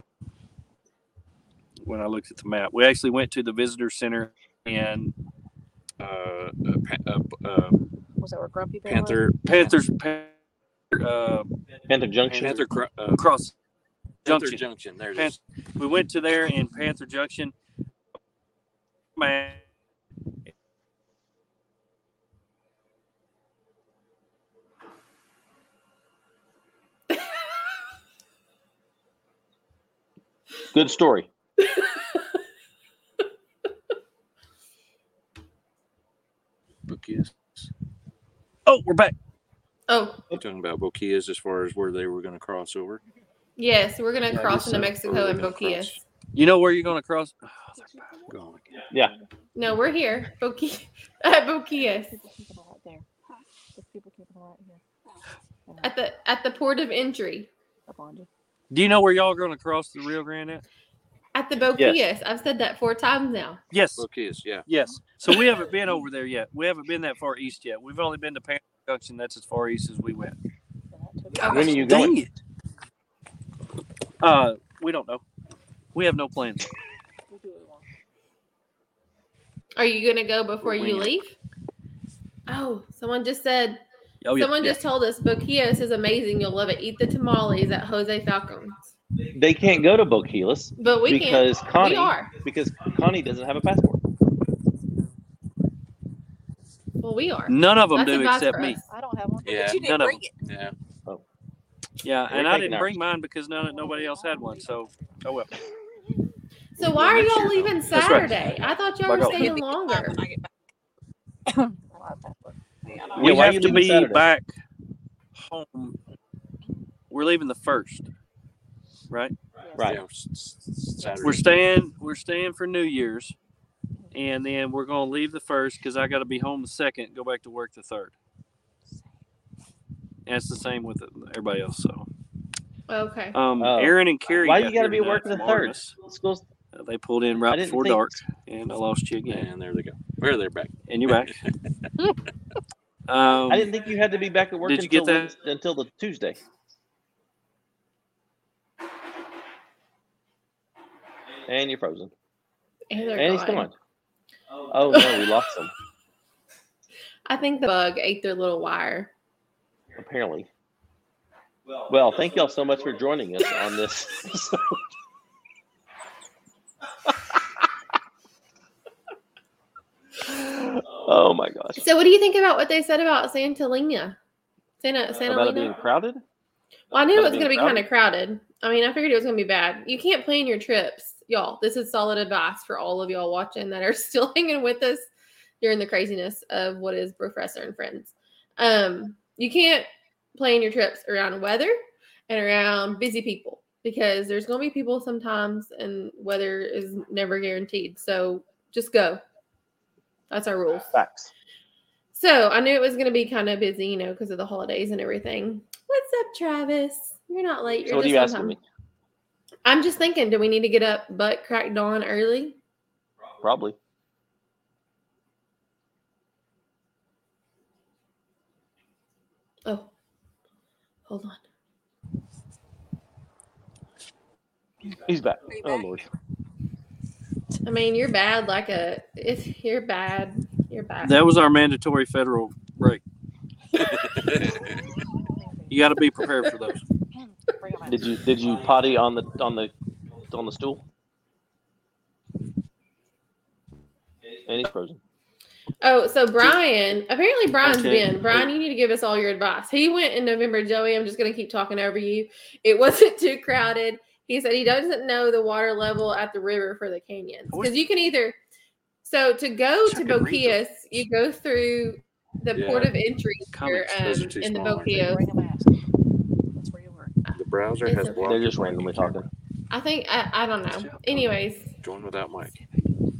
[SPEAKER 2] when I looked at the map. We actually went to the visitor center and
[SPEAKER 4] Uh, a pa- a- a
[SPEAKER 6] Was that where Grumpy Bear was?
[SPEAKER 4] Panther,
[SPEAKER 2] Panthers, Panther, uh,
[SPEAKER 3] Panther Junction.
[SPEAKER 4] Panther, Cro- uh,
[SPEAKER 2] Cross
[SPEAKER 4] Panther
[SPEAKER 2] Junction.
[SPEAKER 4] Junction. There it
[SPEAKER 2] Pan-
[SPEAKER 4] is.
[SPEAKER 2] we went to there in Panther Junction. Man,
[SPEAKER 3] Good story.
[SPEAKER 4] Bokias.
[SPEAKER 2] oh, we're back.
[SPEAKER 1] Oh
[SPEAKER 4] You talking about Bokias as far as where they were going to cross over?
[SPEAKER 1] yes, we're gonna
[SPEAKER 4] Yeah, I
[SPEAKER 1] cross
[SPEAKER 4] guess
[SPEAKER 1] into
[SPEAKER 4] so. Or
[SPEAKER 1] Mexico
[SPEAKER 4] we're
[SPEAKER 1] and
[SPEAKER 4] gonna
[SPEAKER 1] Boquias.
[SPEAKER 4] cross.
[SPEAKER 2] You know where you're going to cross? Oh, they're back.
[SPEAKER 4] Gone again.
[SPEAKER 1] No, we're here. Boqui at Boquias.
[SPEAKER 6] People keeping right there. There's people keeping right here. And
[SPEAKER 1] At the at the port of entry.
[SPEAKER 6] up on you.
[SPEAKER 2] Do you know where y'all going to cross the Rio Grande at?
[SPEAKER 1] At the Boquias. I've said that four times now.
[SPEAKER 2] Yes,
[SPEAKER 4] Bokias, yeah.
[SPEAKER 2] yes. So we haven't been over there yet. We haven't been that far east yet. We've only been to Panther Junction. That's as far east as we went.
[SPEAKER 6] And that took-
[SPEAKER 1] Okay.
[SPEAKER 3] When are you going?
[SPEAKER 2] it! Uh, we don't know. We have no plans.
[SPEAKER 6] we do what we want.
[SPEAKER 1] Are you gonna go before you
[SPEAKER 4] Wing.
[SPEAKER 1] leave? Oh, someone just said
[SPEAKER 2] Oh yeah,
[SPEAKER 1] someone
[SPEAKER 2] yeah.
[SPEAKER 1] just told us Boquias is amazing. You'll love it. Eat the tamales at Jose Falcons.
[SPEAKER 3] They can't go to Boquilas
[SPEAKER 1] But we can
[SPEAKER 3] because Connie
[SPEAKER 1] we are.
[SPEAKER 3] because Connie doesn't have a passport.
[SPEAKER 1] Well we are.
[SPEAKER 2] None of them
[SPEAKER 1] That's
[SPEAKER 2] do
[SPEAKER 1] advice
[SPEAKER 2] except
[SPEAKER 1] for
[SPEAKER 2] me.
[SPEAKER 1] us.
[SPEAKER 6] I don't have one.
[SPEAKER 4] Yeah.
[SPEAKER 9] But you didn't
[SPEAKER 2] None of
[SPEAKER 9] bring it.
[SPEAKER 4] Yeah.
[SPEAKER 2] Yeah,
[SPEAKER 3] We're
[SPEAKER 2] and I
[SPEAKER 3] taking
[SPEAKER 2] didn't
[SPEAKER 3] ours.
[SPEAKER 2] bring mine because none, nobody else had one. So, oh well.
[SPEAKER 1] So why are
[SPEAKER 4] next
[SPEAKER 1] y'all
[SPEAKER 4] year, though.
[SPEAKER 1] leaving
[SPEAKER 2] That's right.
[SPEAKER 1] Saturday? I thought y'all
[SPEAKER 2] Bye,
[SPEAKER 1] were
[SPEAKER 2] girl.
[SPEAKER 1] staying
[SPEAKER 9] Mine
[SPEAKER 1] longer.
[SPEAKER 9] when I get back.
[SPEAKER 6] I don't have that one.
[SPEAKER 3] Yeah,
[SPEAKER 2] We
[SPEAKER 3] why are
[SPEAKER 2] have
[SPEAKER 3] you
[SPEAKER 2] to
[SPEAKER 3] leaving
[SPEAKER 2] be
[SPEAKER 3] Saturday?
[SPEAKER 2] back home. We're leaving the first.
[SPEAKER 10] right?
[SPEAKER 3] Right.
[SPEAKER 2] Yeah, s- s- s- Saturday.
[SPEAKER 10] We're staying. We're staying for New Year's, and then we're gonna leave the first because I got to be home the second. Go back to work the third. And it's the same with everybody else. So,
[SPEAKER 1] Okay.
[SPEAKER 10] um,
[SPEAKER 3] Oh.
[SPEAKER 10] Aaron and Carrie.
[SPEAKER 3] Why
[SPEAKER 10] got
[SPEAKER 3] you got to
[SPEAKER 10] here
[SPEAKER 3] be
[SPEAKER 10] tonight
[SPEAKER 3] working the
[SPEAKER 10] from
[SPEAKER 3] third?
[SPEAKER 10] Artemis.
[SPEAKER 3] School's
[SPEAKER 10] Uh, They pulled in
[SPEAKER 3] I
[SPEAKER 10] right
[SPEAKER 3] didn't
[SPEAKER 10] before
[SPEAKER 3] think-
[SPEAKER 10] dark, and I lost you again.
[SPEAKER 2] And there they go. There they're back.
[SPEAKER 10] And you're back. um,
[SPEAKER 3] I didn't think you had to be back at work
[SPEAKER 10] Did you get
[SPEAKER 3] until
[SPEAKER 10] that?
[SPEAKER 3] Wednes- until the Tuesday. And you're frozen.
[SPEAKER 1] And, they're
[SPEAKER 3] And he's
[SPEAKER 1] gone.
[SPEAKER 3] gone. Oh no, we lost him.
[SPEAKER 1] I think the bug ate their little wire.
[SPEAKER 3] Apparently. Well, thank y'all so much for joining us on this. episode. oh my gosh!
[SPEAKER 1] So, what do you think about what they said about Santalina? Santa,
[SPEAKER 3] Uh, About it being
[SPEAKER 1] Santalina?
[SPEAKER 3] crowded.
[SPEAKER 1] Well, I knew it was
[SPEAKER 3] about it
[SPEAKER 1] going to be
[SPEAKER 3] being
[SPEAKER 1] kind of crowded. I mean, I figured it was going to be bad. You can't plan your trips, y'all. This is solid advice for all of y'all watching that are still hanging with us during the craziness of what is Professor and Friends. Um, you can't plan your trips around weather and around busy people because there's going to be people sometimes, and weather is never guaranteed. So just go. That's our rules.
[SPEAKER 3] Facts.
[SPEAKER 1] So I knew it was going to be kind of busy, you know, because of the holidays and everything. What's up, Travis? You're not late. You're
[SPEAKER 3] So what are
[SPEAKER 1] just
[SPEAKER 3] you
[SPEAKER 1] on
[SPEAKER 3] asking
[SPEAKER 1] time.
[SPEAKER 3] me?
[SPEAKER 1] I'm just thinking, do we need to get up butt crack dawn early?
[SPEAKER 3] Probably.
[SPEAKER 1] Oh, hold on.
[SPEAKER 3] He's back.
[SPEAKER 5] Are you
[SPEAKER 3] Oh
[SPEAKER 5] back?
[SPEAKER 3] lord.
[SPEAKER 1] I mean, you're bad. Like a, if you're bad, you're bad.
[SPEAKER 10] that was our mandatory federal break. You got to be prepared for those.
[SPEAKER 6] Bring it back.
[SPEAKER 3] Did you did you potty on the on the on the stool? And he's frozen.
[SPEAKER 1] Oh, so Brian, apparently Brian's
[SPEAKER 10] Okay.
[SPEAKER 1] been. Brian, you need to give us all your advice. He went in November, Joey. I'm just going to keep talking over you. It wasn't too crowded. He said he doesn't know the water level at the river for the canyons
[SPEAKER 2] I wish-
[SPEAKER 1] because you can either. So to go to
[SPEAKER 2] I could read
[SPEAKER 1] Boquias, you go through the
[SPEAKER 2] Yeah.
[SPEAKER 1] port of entry here,
[SPEAKER 2] Comments,
[SPEAKER 1] um,
[SPEAKER 2] those are too
[SPEAKER 1] in the
[SPEAKER 2] small, aren't they?
[SPEAKER 1] Boquias.
[SPEAKER 6] Bring it back. That's where you were.
[SPEAKER 2] The browser
[SPEAKER 1] It's
[SPEAKER 2] has
[SPEAKER 1] okay.
[SPEAKER 2] blocked.
[SPEAKER 3] They're just randomly talking.
[SPEAKER 1] I think I, I don't know. Anyways,
[SPEAKER 2] Join without mic.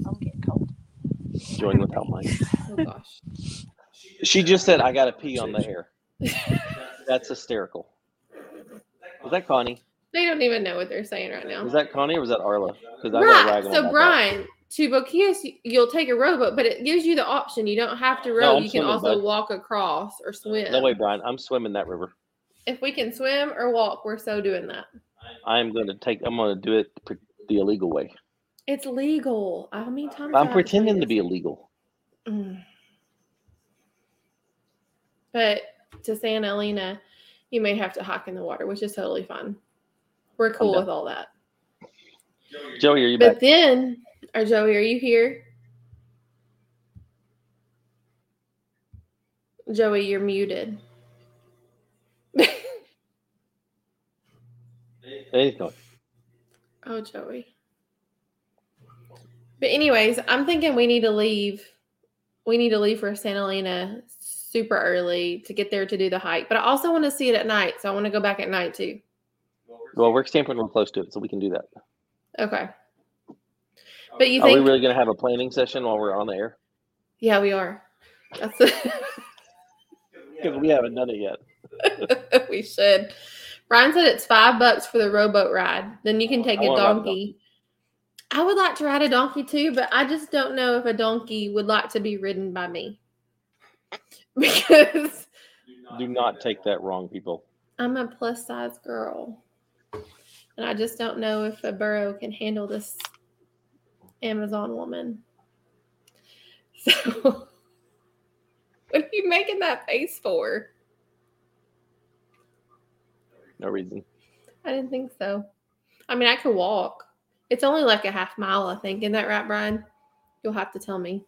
[SPEAKER 6] I'm getting cold.
[SPEAKER 3] Join without Mike.
[SPEAKER 1] oh gosh,
[SPEAKER 3] She just said, "I gotta pee on the air." That's hysterical. Was that Connie?
[SPEAKER 1] they don't even know what they're saying right now.
[SPEAKER 3] Was that Connie or was that Arla? Because I got
[SPEAKER 1] Right.
[SPEAKER 3] ragging on
[SPEAKER 1] So
[SPEAKER 3] that.
[SPEAKER 1] Brian, to Boquias, y- you'll take a rowboat, but it gives you the option. You don't have to row.
[SPEAKER 3] I'm
[SPEAKER 1] you can
[SPEAKER 3] swimming,
[SPEAKER 1] also
[SPEAKER 3] bud.
[SPEAKER 1] walk across or swim.
[SPEAKER 3] No way, Brian. I'm swimming that river.
[SPEAKER 1] If we can swim or walk, we're so doing that.
[SPEAKER 3] I'm gonna take. I'm gonna do it p- the illegal way.
[SPEAKER 1] It's legal. I mean, Thomas,
[SPEAKER 3] I'm pretending to be illegal.
[SPEAKER 1] Mm. But to Santa Elena, you may have to hike in the water, which is totally fine. We're cool
[SPEAKER 3] down.
[SPEAKER 1] with all that.
[SPEAKER 3] Joey, are you
[SPEAKER 1] But
[SPEAKER 3] back?
[SPEAKER 1] then, or Joey, are you here? Joey, you're muted.
[SPEAKER 3] Anything?
[SPEAKER 1] Oh, Joey. But anyways, I'm thinking we need to leave. We need to leave for Santa Elena super early to get there to do the hike. But I also want to see it at night, so I want to go back at night too.
[SPEAKER 3] Well, we're Stanford. We're close to it, so we can do that.
[SPEAKER 1] Okay. But you
[SPEAKER 3] Are we
[SPEAKER 1] think?
[SPEAKER 3] really going to have a planning session while we're on the air?
[SPEAKER 1] yeah, we are. That's the,
[SPEAKER 3] Because we haven't done it yet.
[SPEAKER 1] we should. Brian said it's five bucks for the rowboat ride. Then you can take
[SPEAKER 3] Oh, I
[SPEAKER 1] a
[SPEAKER 3] wanna ride a
[SPEAKER 1] donkey. I would like to ride a donkey too, but I just don't know if a donkey would like to be ridden by me. Because
[SPEAKER 3] Do not take that wrong, people.
[SPEAKER 1] I'm a plus size girl. And I just don't know if a burrow can handle this Amazon woman. So, what are you making that face for?
[SPEAKER 3] No reason.
[SPEAKER 1] I didn't think so. I mean, I could walk. It's only like a half mile, I think. Isn't that right, Brian? You'll have to tell me.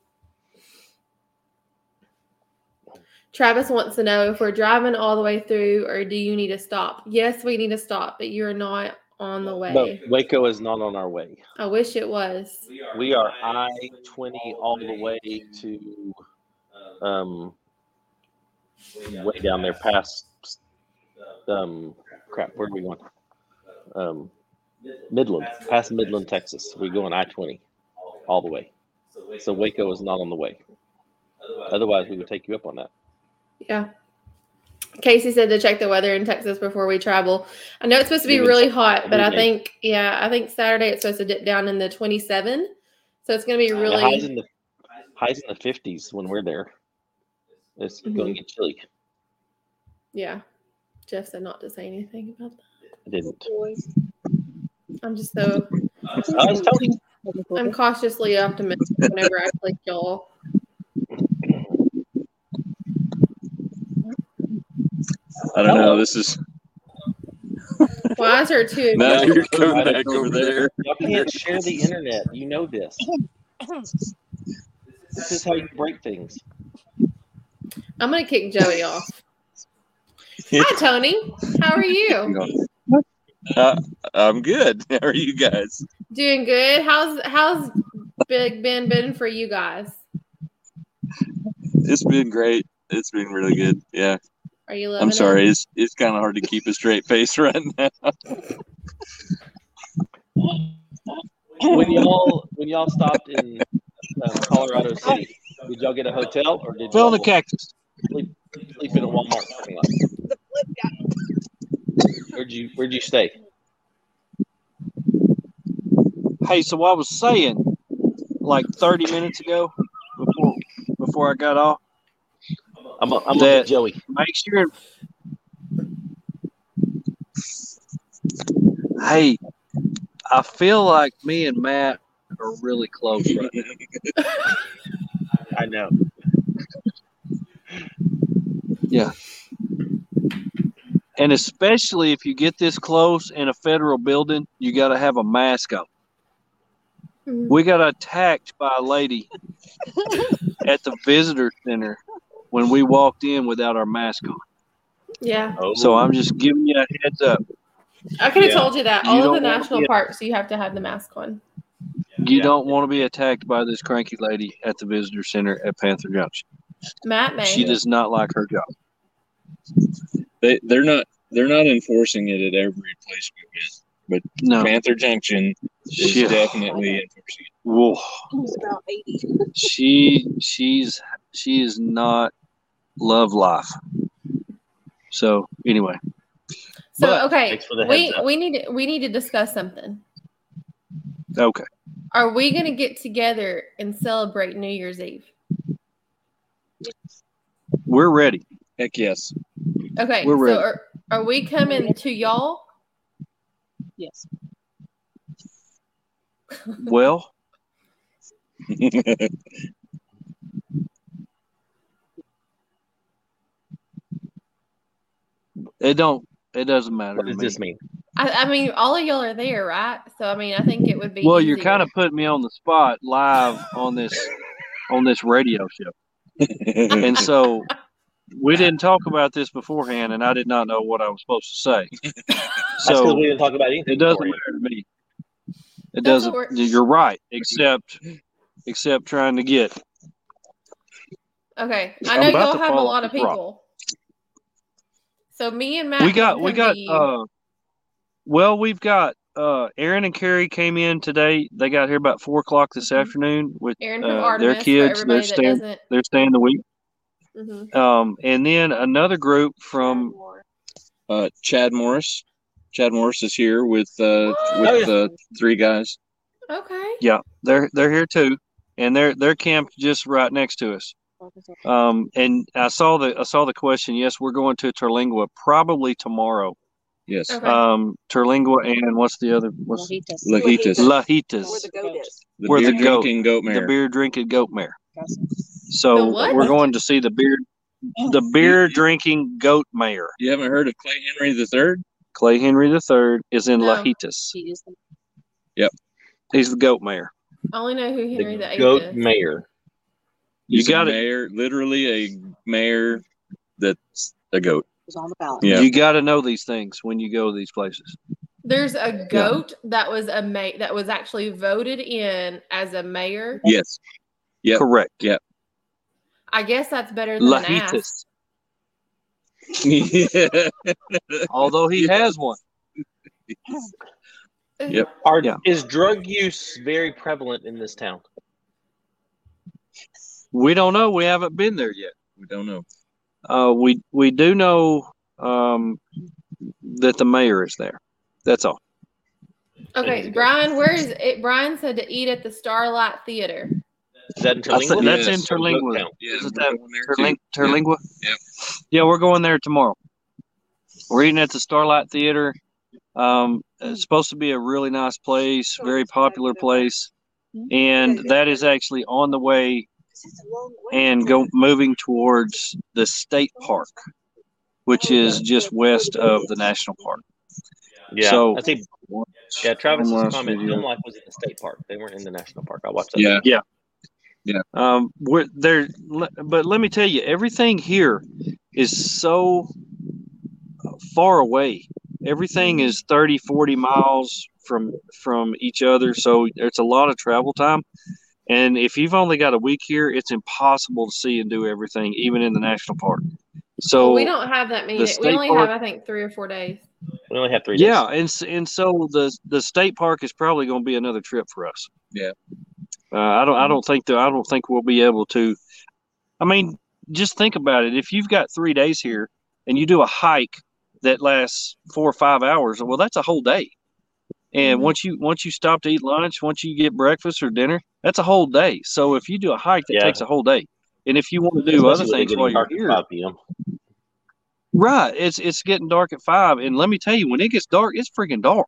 [SPEAKER 1] Travis wants to know if we're driving all the way through or do you need to stop? Yes, we need to stop, but you're not on the way.
[SPEAKER 3] No, Waco is not on our way.
[SPEAKER 1] I wish it was.
[SPEAKER 3] We are I 20 all the way to, um, way down there past, um, crap, where are we going? Um, Midland, past Midland, Texas. We go on I 20 all the way. So Waco is not on the way. Otherwise, we would take you up on that.
[SPEAKER 1] Yeah. Casey said to check the weather in Texas before we travel. I know it's supposed to be really hot, but I think yeah, I think Saturday it's supposed to dip down in the 27. So it's going to be
[SPEAKER 3] The highs,
[SPEAKER 1] really
[SPEAKER 3] in the, highs in the 50s when we're there. It's
[SPEAKER 2] Mm-hmm.
[SPEAKER 3] going to get chilly.
[SPEAKER 1] yeah. Jeff said not to say anything about that.
[SPEAKER 3] It isn't.
[SPEAKER 6] Boys.
[SPEAKER 1] I'm just so
[SPEAKER 3] Uh, it's Tony.
[SPEAKER 1] I'm cautiously optimistic whenever I click y'all.
[SPEAKER 4] I don't know. This is
[SPEAKER 1] Why is there two? of
[SPEAKER 4] now
[SPEAKER 1] you?
[SPEAKER 4] you're coming back over there.
[SPEAKER 3] Y'all can't share the internet. You know this. This is how you break things.
[SPEAKER 1] I'm gonna kick Joey off. Hi Tony, how are you?
[SPEAKER 4] Uh, I'm good. How are you guys?
[SPEAKER 1] Doing good. How's how's Big Ben been for you guys?
[SPEAKER 4] It's been great. It's been really good. Yeah.
[SPEAKER 1] Are you loving?
[SPEAKER 4] I'm
[SPEAKER 1] it?
[SPEAKER 4] sorry. It's it's kind of hard to keep a straight face right now.
[SPEAKER 3] when y'all when y'all stopped in um, Colorado City, did y'all get a hotel or did y'all
[SPEAKER 4] cactus.
[SPEAKER 3] sleep, sleep in a Walmart parking lot? Where'd you Where'd you stay?
[SPEAKER 2] Hey, so I was saying like 30 minutes ago before before I got off,
[SPEAKER 3] I'm i I'm looking at
[SPEAKER 2] That-
[SPEAKER 3] Joey.
[SPEAKER 2] make sure. Hey, I feel like me and Matt are really close right now.
[SPEAKER 3] I know.
[SPEAKER 2] And especially if you get this close in a federal building, you got to have a mask on.
[SPEAKER 1] Mhm.
[SPEAKER 2] We got attacked by a lady at the visitor center when we walked in without our mask on.
[SPEAKER 1] Yeah,
[SPEAKER 3] Oh,
[SPEAKER 2] So I'm just giving you a heads up.
[SPEAKER 1] I could have
[SPEAKER 3] Yeah.
[SPEAKER 1] told you that.
[SPEAKER 2] You
[SPEAKER 1] All of
[SPEAKER 2] don't
[SPEAKER 1] the
[SPEAKER 2] wanna
[SPEAKER 1] national
[SPEAKER 2] be a-
[SPEAKER 1] parks, you have to have the mask on.
[SPEAKER 2] You
[SPEAKER 3] Yeah.
[SPEAKER 2] don't want to be attacked by this cranky lady at the visitor center at Panther Junction.
[SPEAKER 1] Matt May.
[SPEAKER 2] She does not like her job.
[SPEAKER 4] They they're not they're not enforcing it at every place we
[SPEAKER 2] No.
[SPEAKER 4] went. Panther Junction is
[SPEAKER 2] She,
[SPEAKER 4] definitely enforcing it.
[SPEAKER 2] whoa.
[SPEAKER 6] Who's about 80?
[SPEAKER 2] she she's she is not love life. So anyway.
[SPEAKER 1] so
[SPEAKER 2] but-
[SPEAKER 1] okay,
[SPEAKER 3] Thanks for the
[SPEAKER 1] we
[SPEAKER 3] heads up.
[SPEAKER 1] we need to, we need to discuss something.
[SPEAKER 2] Okay.
[SPEAKER 1] Are we going to get together and celebrate New Year's Eve?
[SPEAKER 2] We're ready.
[SPEAKER 4] Heck yes.
[SPEAKER 1] Okay,
[SPEAKER 2] We're ready.
[SPEAKER 1] so are, are we coming to y'all?
[SPEAKER 6] Yes.
[SPEAKER 2] Well, it don't it doesn't matter
[SPEAKER 3] What
[SPEAKER 2] to
[SPEAKER 3] does
[SPEAKER 2] me.
[SPEAKER 3] this mean?
[SPEAKER 1] I, I mean, all of y'all are there, right? So I mean, I think it would be.
[SPEAKER 2] Well, you're
[SPEAKER 1] easier.
[SPEAKER 2] kind of putting me on the spot live on this on this radio show. And so we didn't talk about this beforehand and I did not know what I was supposed to say.
[SPEAKER 3] That's because
[SPEAKER 2] So
[SPEAKER 3] we didn't talk about anything.
[SPEAKER 2] It doesn't
[SPEAKER 3] beforehand.
[SPEAKER 2] matter to me. It
[SPEAKER 1] That's
[SPEAKER 2] doesn't.
[SPEAKER 1] what we're-
[SPEAKER 2] You're right, except except trying to get.
[SPEAKER 1] Okay, I
[SPEAKER 2] I'm
[SPEAKER 1] know
[SPEAKER 2] about
[SPEAKER 1] y'all
[SPEAKER 2] to
[SPEAKER 1] have a
[SPEAKER 2] fall
[SPEAKER 1] lot of
[SPEAKER 2] off the rock.
[SPEAKER 1] people. So me and Matt.
[SPEAKER 2] We got we
[SPEAKER 1] can
[SPEAKER 2] got.
[SPEAKER 1] be-
[SPEAKER 2] uh Well, we've got uh Aaron and Carrie came in today. They got here about four o'clock this
[SPEAKER 1] Mhm.
[SPEAKER 2] afternoon with
[SPEAKER 1] Aaron from
[SPEAKER 2] uh, their
[SPEAKER 1] Artemis.
[SPEAKER 2] kids,
[SPEAKER 1] For
[SPEAKER 2] their
[SPEAKER 1] everybody that
[SPEAKER 2] stand-
[SPEAKER 1] doesn't.
[SPEAKER 2] their stay in the week.
[SPEAKER 1] hmm
[SPEAKER 2] Um, and then another group from
[SPEAKER 4] uh, Chad Morris. Chad Morris is here with uh,
[SPEAKER 3] Oh,
[SPEAKER 4] with
[SPEAKER 3] yeah.
[SPEAKER 4] uh, three guys.
[SPEAKER 1] Okay.
[SPEAKER 2] yeah, they're they're here too, and they're they're camped just right next to us. Um, and I saw the I saw the question. Yes, we're going to Terlingua probably tomorrow.
[SPEAKER 4] Yes.
[SPEAKER 1] Okay.
[SPEAKER 2] um Terlingua and what's the other what's
[SPEAKER 6] Mojitos.
[SPEAKER 4] Lajitas.
[SPEAKER 2] Lajitas,
[SPEAKER 6] Where the goat is.
[SPEAKER 4] The
[SPEAKER 2] Where
[SPEAKER 4] beer
[SPEAKER 2] the goat-
[SPEAKER 4] drinking goat
[SPEAKER 2] the
[SPEAKER 4] mare.
[SPEAKER 2] beer drinking goat mare.
[SPEAKER 1] The
[SPEAKER 2] So
[SPEAKER 1] what?
[SPEAKER 2] we're going to see the beer the beer drinking goat mare.
[SPEAKER 4] You haven't heard of Clay Henry the Third?
[SPEAKER 2] Clay Henry III is in
[SPEAKER 1] No.
[SPEAKER 2] Lajitas.
[SPEAKER 6] She is the
[SPEAKER 2] He's the goat mare.
[SPEAKER 1] I only know who Henry the
[SPEAKER 3] The
[SPEAKER 1] Eighth
[SPEAKER 3] goat
[SPEAKER 1] is.
[SPEAKER 3] mayor.
[SPEAKER 2] You
[SPEAKER 4] He's a
[SPEAKER 2] got it.
[SPEAKER 4] mayor, literally a mayor that's a goat.
[SPEAKER 6] was on the ballot.
[SPEAKER 4] Yeah.
[SPEAKER 2] You got to know these things when you go to these places.
[SPEAKER 1] There's a goat that was a ma- that was actually voted in as a mayor.
[SPEAKER 4] Yes. Yep.
[SPEAKER 2] Correct.
[SPEAKER 1] I guess that's better than an ass.
[SPEAKER 2] Lajitas.
[SPEAKER 4] yeah.
[SPEAKER 2] Although he has one. Yep.
[SPEAKER 3] Are,
[SPEAKER 2] Yeah.
[SPEAKER 3] Is drug use very prevalent in this town?
[SPEAKER 2] We don't know. We haven't been there yet. We don't know. Uh, we we do know um, that the mayor is there. That's all.
[SPEAKER 1] Okay, Brian, where is it? Brian said to eat at the Starlight Theater.
[SPEAKER 3] Is that
[SPEAKER 2] I think
[SPEAKER 3] interlingua?
[SPEAKER 2] that's
[SPEAKER 3] Yes.
[SPEAKER 2] interlingua.
[SPEAKER 3] Town.
[SPEAKER 2] Yeah,
[SPEAKER 4] Is
[SPEAKER 2] we're
[SPEAKER 4] it that
[SPEAKER 2] going there too. Terlingua?
[SPEAKER 4] Yep.
[SPEAKER 2] Yeah, we're going there tomorrow. We're eating at the Starlight Theater. Um, it's supposed to be a really nice place, very popular place, and that is actually on the way and go moving towards the state park, which is just west of the national park.
[SPEAKER 3] Yeah.
[SPEAKER 2] So-
[SPEAKER 3] I think. Yeah, Travis's
[SPEAKER 2] One last
[SPEAKER 3] comment.
[SPEAKER 2] video.
[SPEAKER 3] Film Life was at the state park. They weren't in the national park. I watched that.
[SPEAKER 4] Yeah.
[SPEAKER 2] Um, we're there, le- but let me tell you, everything here is so far away. Everything is 30, 40 miles from from each other, so it's a lot of travel time. And if you've only got a week here, it's impossible to see and do everything, even in the national park. So
[SPEAKER 1] we don't have that many.
[SPEAKER 2] the
[SPEAKER 1] days. We
[SPEAKER 2] state
[SPEAKER 1] only
[SPEAKER 2] park-
[SPEAKER 1] have, I think, three or four days.
[SPEAKER 3] We only have three. days.
[SPEAKER 2] yeah, and s- and so the the state park is probably going to be another trip for us.
[SPEAKER 4] Yeah.
[SPEAKER 2] uh, I don't I don't think that I don't think we'll be able to. I mean, just think about it. If you've got three days here and you do a hike that lasts four or five hours, well, that's a whole day. And
[SPEAKER 3] Mm-hmm.
[SPEAKER 2] once you once you stop to eat lunch, once you get breakfast or dinner, that's a whole day. So if you do a hike, that
[SPEAKER 3] Yeah.
[SPEAKER 2] takes a whole day. And if you want to do other
[SPEAKER 3] Especially when they
[SPEAKER 2] things
[SPEAKER 3] get
[SPEAKER 2] while you're
[SPEAKER 3] dark at
[SPEAKER 2] here,
[SPEAKER 3] 5 p.m.
[SPEAKER 2] Right. It's it's getting dark at five, and let me tell you, when it gets dark, it's freaking dark.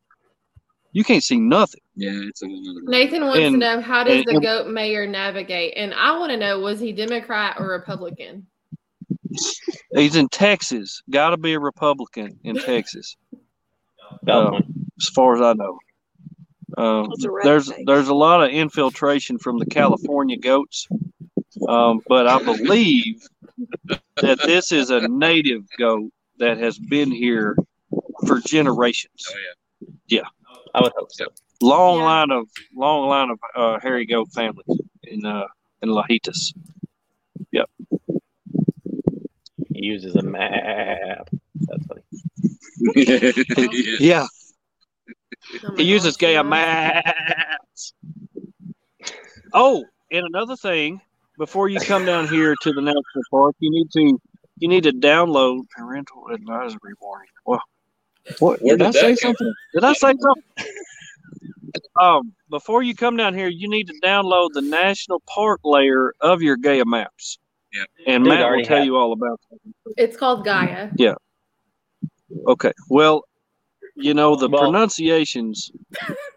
[SPEAKER 2] You can't see nothing.
[SPEAKER 4] Yeah, it's a whole nother.
[SPEAKER 1] Nathan wants
[SPEAKER 2] And-
[SPEAKER 1] to know how does
[SPEAKER 2] and-
[SPEAKER 1] the goat mayor navigate, and I want to know was he Democrat or Republican?
[SPEAKER 2] He's in Texas. Got to be a Republican in Texas, Oh.
[SPEAKER 3] Valid point.
[SPEAKER 2] as far as I know. Um,
[SPEAKER 5] That's a red
[SPEAKER 2] there's
[SPEAKER 5] state.
[SPEAKER 2] there's a lot of infiltration from the California goats, um, but I believe that this is a native goat that has been here for generations.
[SPEAKER 4] Oh yeah.
[SPEAKER 3] I would hope so.
[SPEAKER 2] Long
[SPEAKER 1] Yeah.
[SPEAKER 2] line of long line of uh, hairy goat families in uh, in Lajitas.
[SPEAKER 3] He uses a map. That's funny.
[SPEAKER 4] Oh, yeah.
[SPEAKER 2] Yeah,
[SPEAKER 1] Oh my
[SPEAKER 2] he uses
[SPEAKER 1] gosh,
[SPEAKER 2] gay
[SPEAKER 1] yeah.
[SPEAKER 2] maps. Oh, and another thing, before you come down here to the national park, you need to you need to download parental advisory warning. Well, what
[SPEAKER 4] Where
[SPEAKER 2] did, I
[SPEAKER 4] did that
[SPEAKER 2] say
[SPEAKER 4] come from?
[SPEAKER 2] something? Did I say something? um, before you come down here, you need to download the national park layer of your Gaia maps.
[SPEAKER 4] Yeah.
[SPEAKER 2] And
[SPEAKER 3] Dude, I
[SPEAKER 2] Matt will
[SPEAKER 3] already
[SPEAKER 2] tell
[SPEAKER 3] have.
[SPEAKER 2] you all about that.
[SPEAKER 1] It's called Gaia.
[SPEAKER 2] Okay. Well, you know the
[SPEAKER 3] Well-
[SPEAKER 2] pronunciations,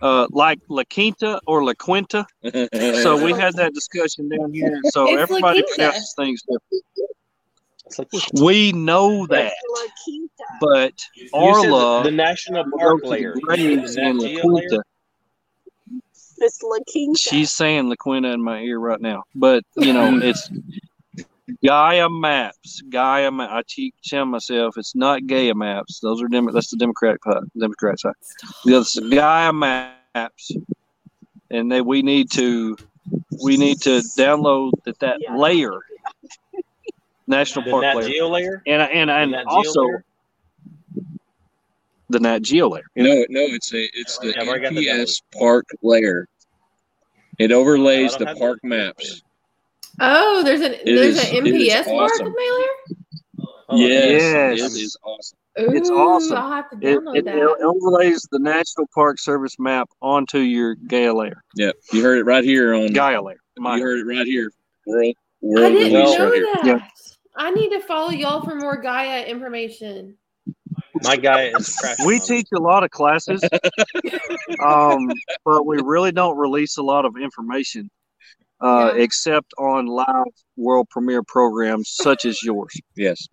[SPEAKER 2] uh, like La Quinta or La Quinta. So we had that discussion down here. So
[SPEAKER 1] It's La
[SPEAKER 2] everybody
[SPEAKER 1] Quinta.
[SPEAKER 2] pronounces things different.
[SPEAKER 3] It's like
[SPEAKER 2] We know that, but
[SPEAKER 3] the
[SPEAKER 2] Arla
[SPEAKER 3] national
[SPEAKER 2] go
[SPEAKER 3] park
[SPEAKER 2] to
[SPEAKER 3] layer.
[SPEAKER 2] the graves
[SPEAKER 3] Nat
[SPEAKER 2] in La
[SPEAKER 3] Geo layer?
[SPEAKER 2] Quinta.
[SPEAKER 5] It's La Quinta.
[SPEAKER 2] She's saying La Quinta in my ear right now, but you know it's Gaia Maps. Gaia. Ma- I keep telling myself it's not Gaia Maps. Those are Dem- that's the Democratic part- Democrat side. The other side, Gaia Maps, and that we need to we need to download that that
[SPEAKER 5] Yeah.
[SPEAKER 2] layer national
[SPEAKER 3] The
[SPEAKER 2] park
[SPEAKER 3] Nat
[SPEAKER 2] layer,
[SPEAKER 3] Geo layer.
[SPEAKER 2] and I- and I-
[SPEAKER 3] The
[SPEAKER 2] and
[SPEAKER 3] Nat Geo
[SPEAKER 2] also
[SPEAKER 3] layer?
[SPEAKER 2] the Nat Geo layer.
[SPEAKER 4] No, no, it's a it's the
[SPEAKER 3] I've already got that
[SPEAKER 4] NPS park layer. It overlays
[SPEAKER 3] I don't
[SPEAKER 4] the
[SPEAKER 3] have
[SPEAKER 4] park
[SPEAKER 3] that.
[SPEAKER 4] maps.
[SPEAKER 1] Oh, there's an
[SPEAKER 4] It
[SPEAKER 1] there's
[SPEAKER 4] is-
[SPEAKER 1] an
[SPEAKER 4] it is
[SPEAKER 1] MPS mark
[SPEAKER 4] awesome.
[SPEAKER 1] mailer.
[SPEAKER 3] Oh,
[SPEAKER 4] yes,
[SPEAKER 2] Yes.
[SPEAKER 4] it is awesome.
[SPEAKER 1] Ooh,
[SPEAKER 2] It's awesome.
[SPEAKER 1] I'll have to
[SPEAKER 2] It,
[SPEAKER 1] download
[SPEAKER 2] it,
[SPEAKER 1] that.
[SPEAKER 2] it overlays the National Park Service map onto your Gaia layer.
[SPEAKER 4] Yep, you heard it right here on.
[SPEAKER 2] Gaia layer. My-
[SPEAKER 4] you heard it right here. World
[SPEAKER 1] I
[SPEAKER 4] world
[SPEAKER 1] didn't
[SPEAKER 4] release
[SPEAKER 1] know
[SPEAKER 4] right here.
[SPEAKER 1] that.
[SPEAKER 2] Yeah.
[SPEAKER 1] I need to follow y'all for more Gaia information.
[SPEAKER 3] My guy is crashing.
[SPEAKER 2] we
[SPEAKER 3] on me.
[SPEAKER 2] teach a lot of classes, um, but we really don't release a lot of information, uh,
[SPEAKER 1] Yeah.
[SPEAKER 2] except on live world premiere programs such as yours.
[SPEAKER 4] Yes.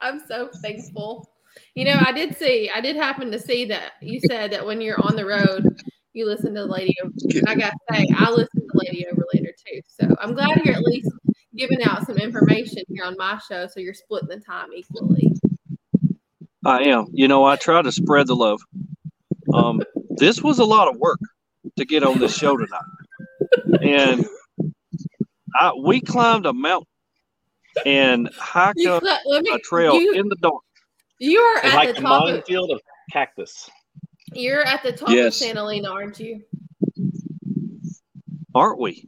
[SPEAKER 1] I'm so thankful. You know, I did see, I did happen to see that you said that when you're on the road, you listen to Lady Over. And I gotta say, I listen to Lady Overlander too. So I'm glad you're at least giving out some information here on my show, so you're splitting the time equally.
[SPEAKER 2] I am. You know, I try to spread the love. Um, this was a lot of work to get on this show tonight, and I, we climbed a mountain and hiked
[SPEAKER 1] You,
[SPEAKER 2] up
[SPEAKER 1] cl- let
[SPEAKER 2] a
[SPEAKER 1] me.
[SPEAKER 2] trail
[SPEAKER 1] you,
[SPEAKER 2] in the dark.
[SPEAKER 1] you are
[SPEAKER 3] It's
[SPEAKER 1] at
[SPEAKER 3] like
[SPEAKER 1] the
[SPEAKER 3] a
[SPEAKER 1] top.
[SPEAKER 3] modern
[SPEAKER 1] Of,
[SPEAKER 3] field of cactus.
[SPEAKER 1] You're at the top
[SPEAKER 4] Yes.
[SPEAKER 1] of Santa Elena, aren't you?
[SPEAKER 2] aren't we?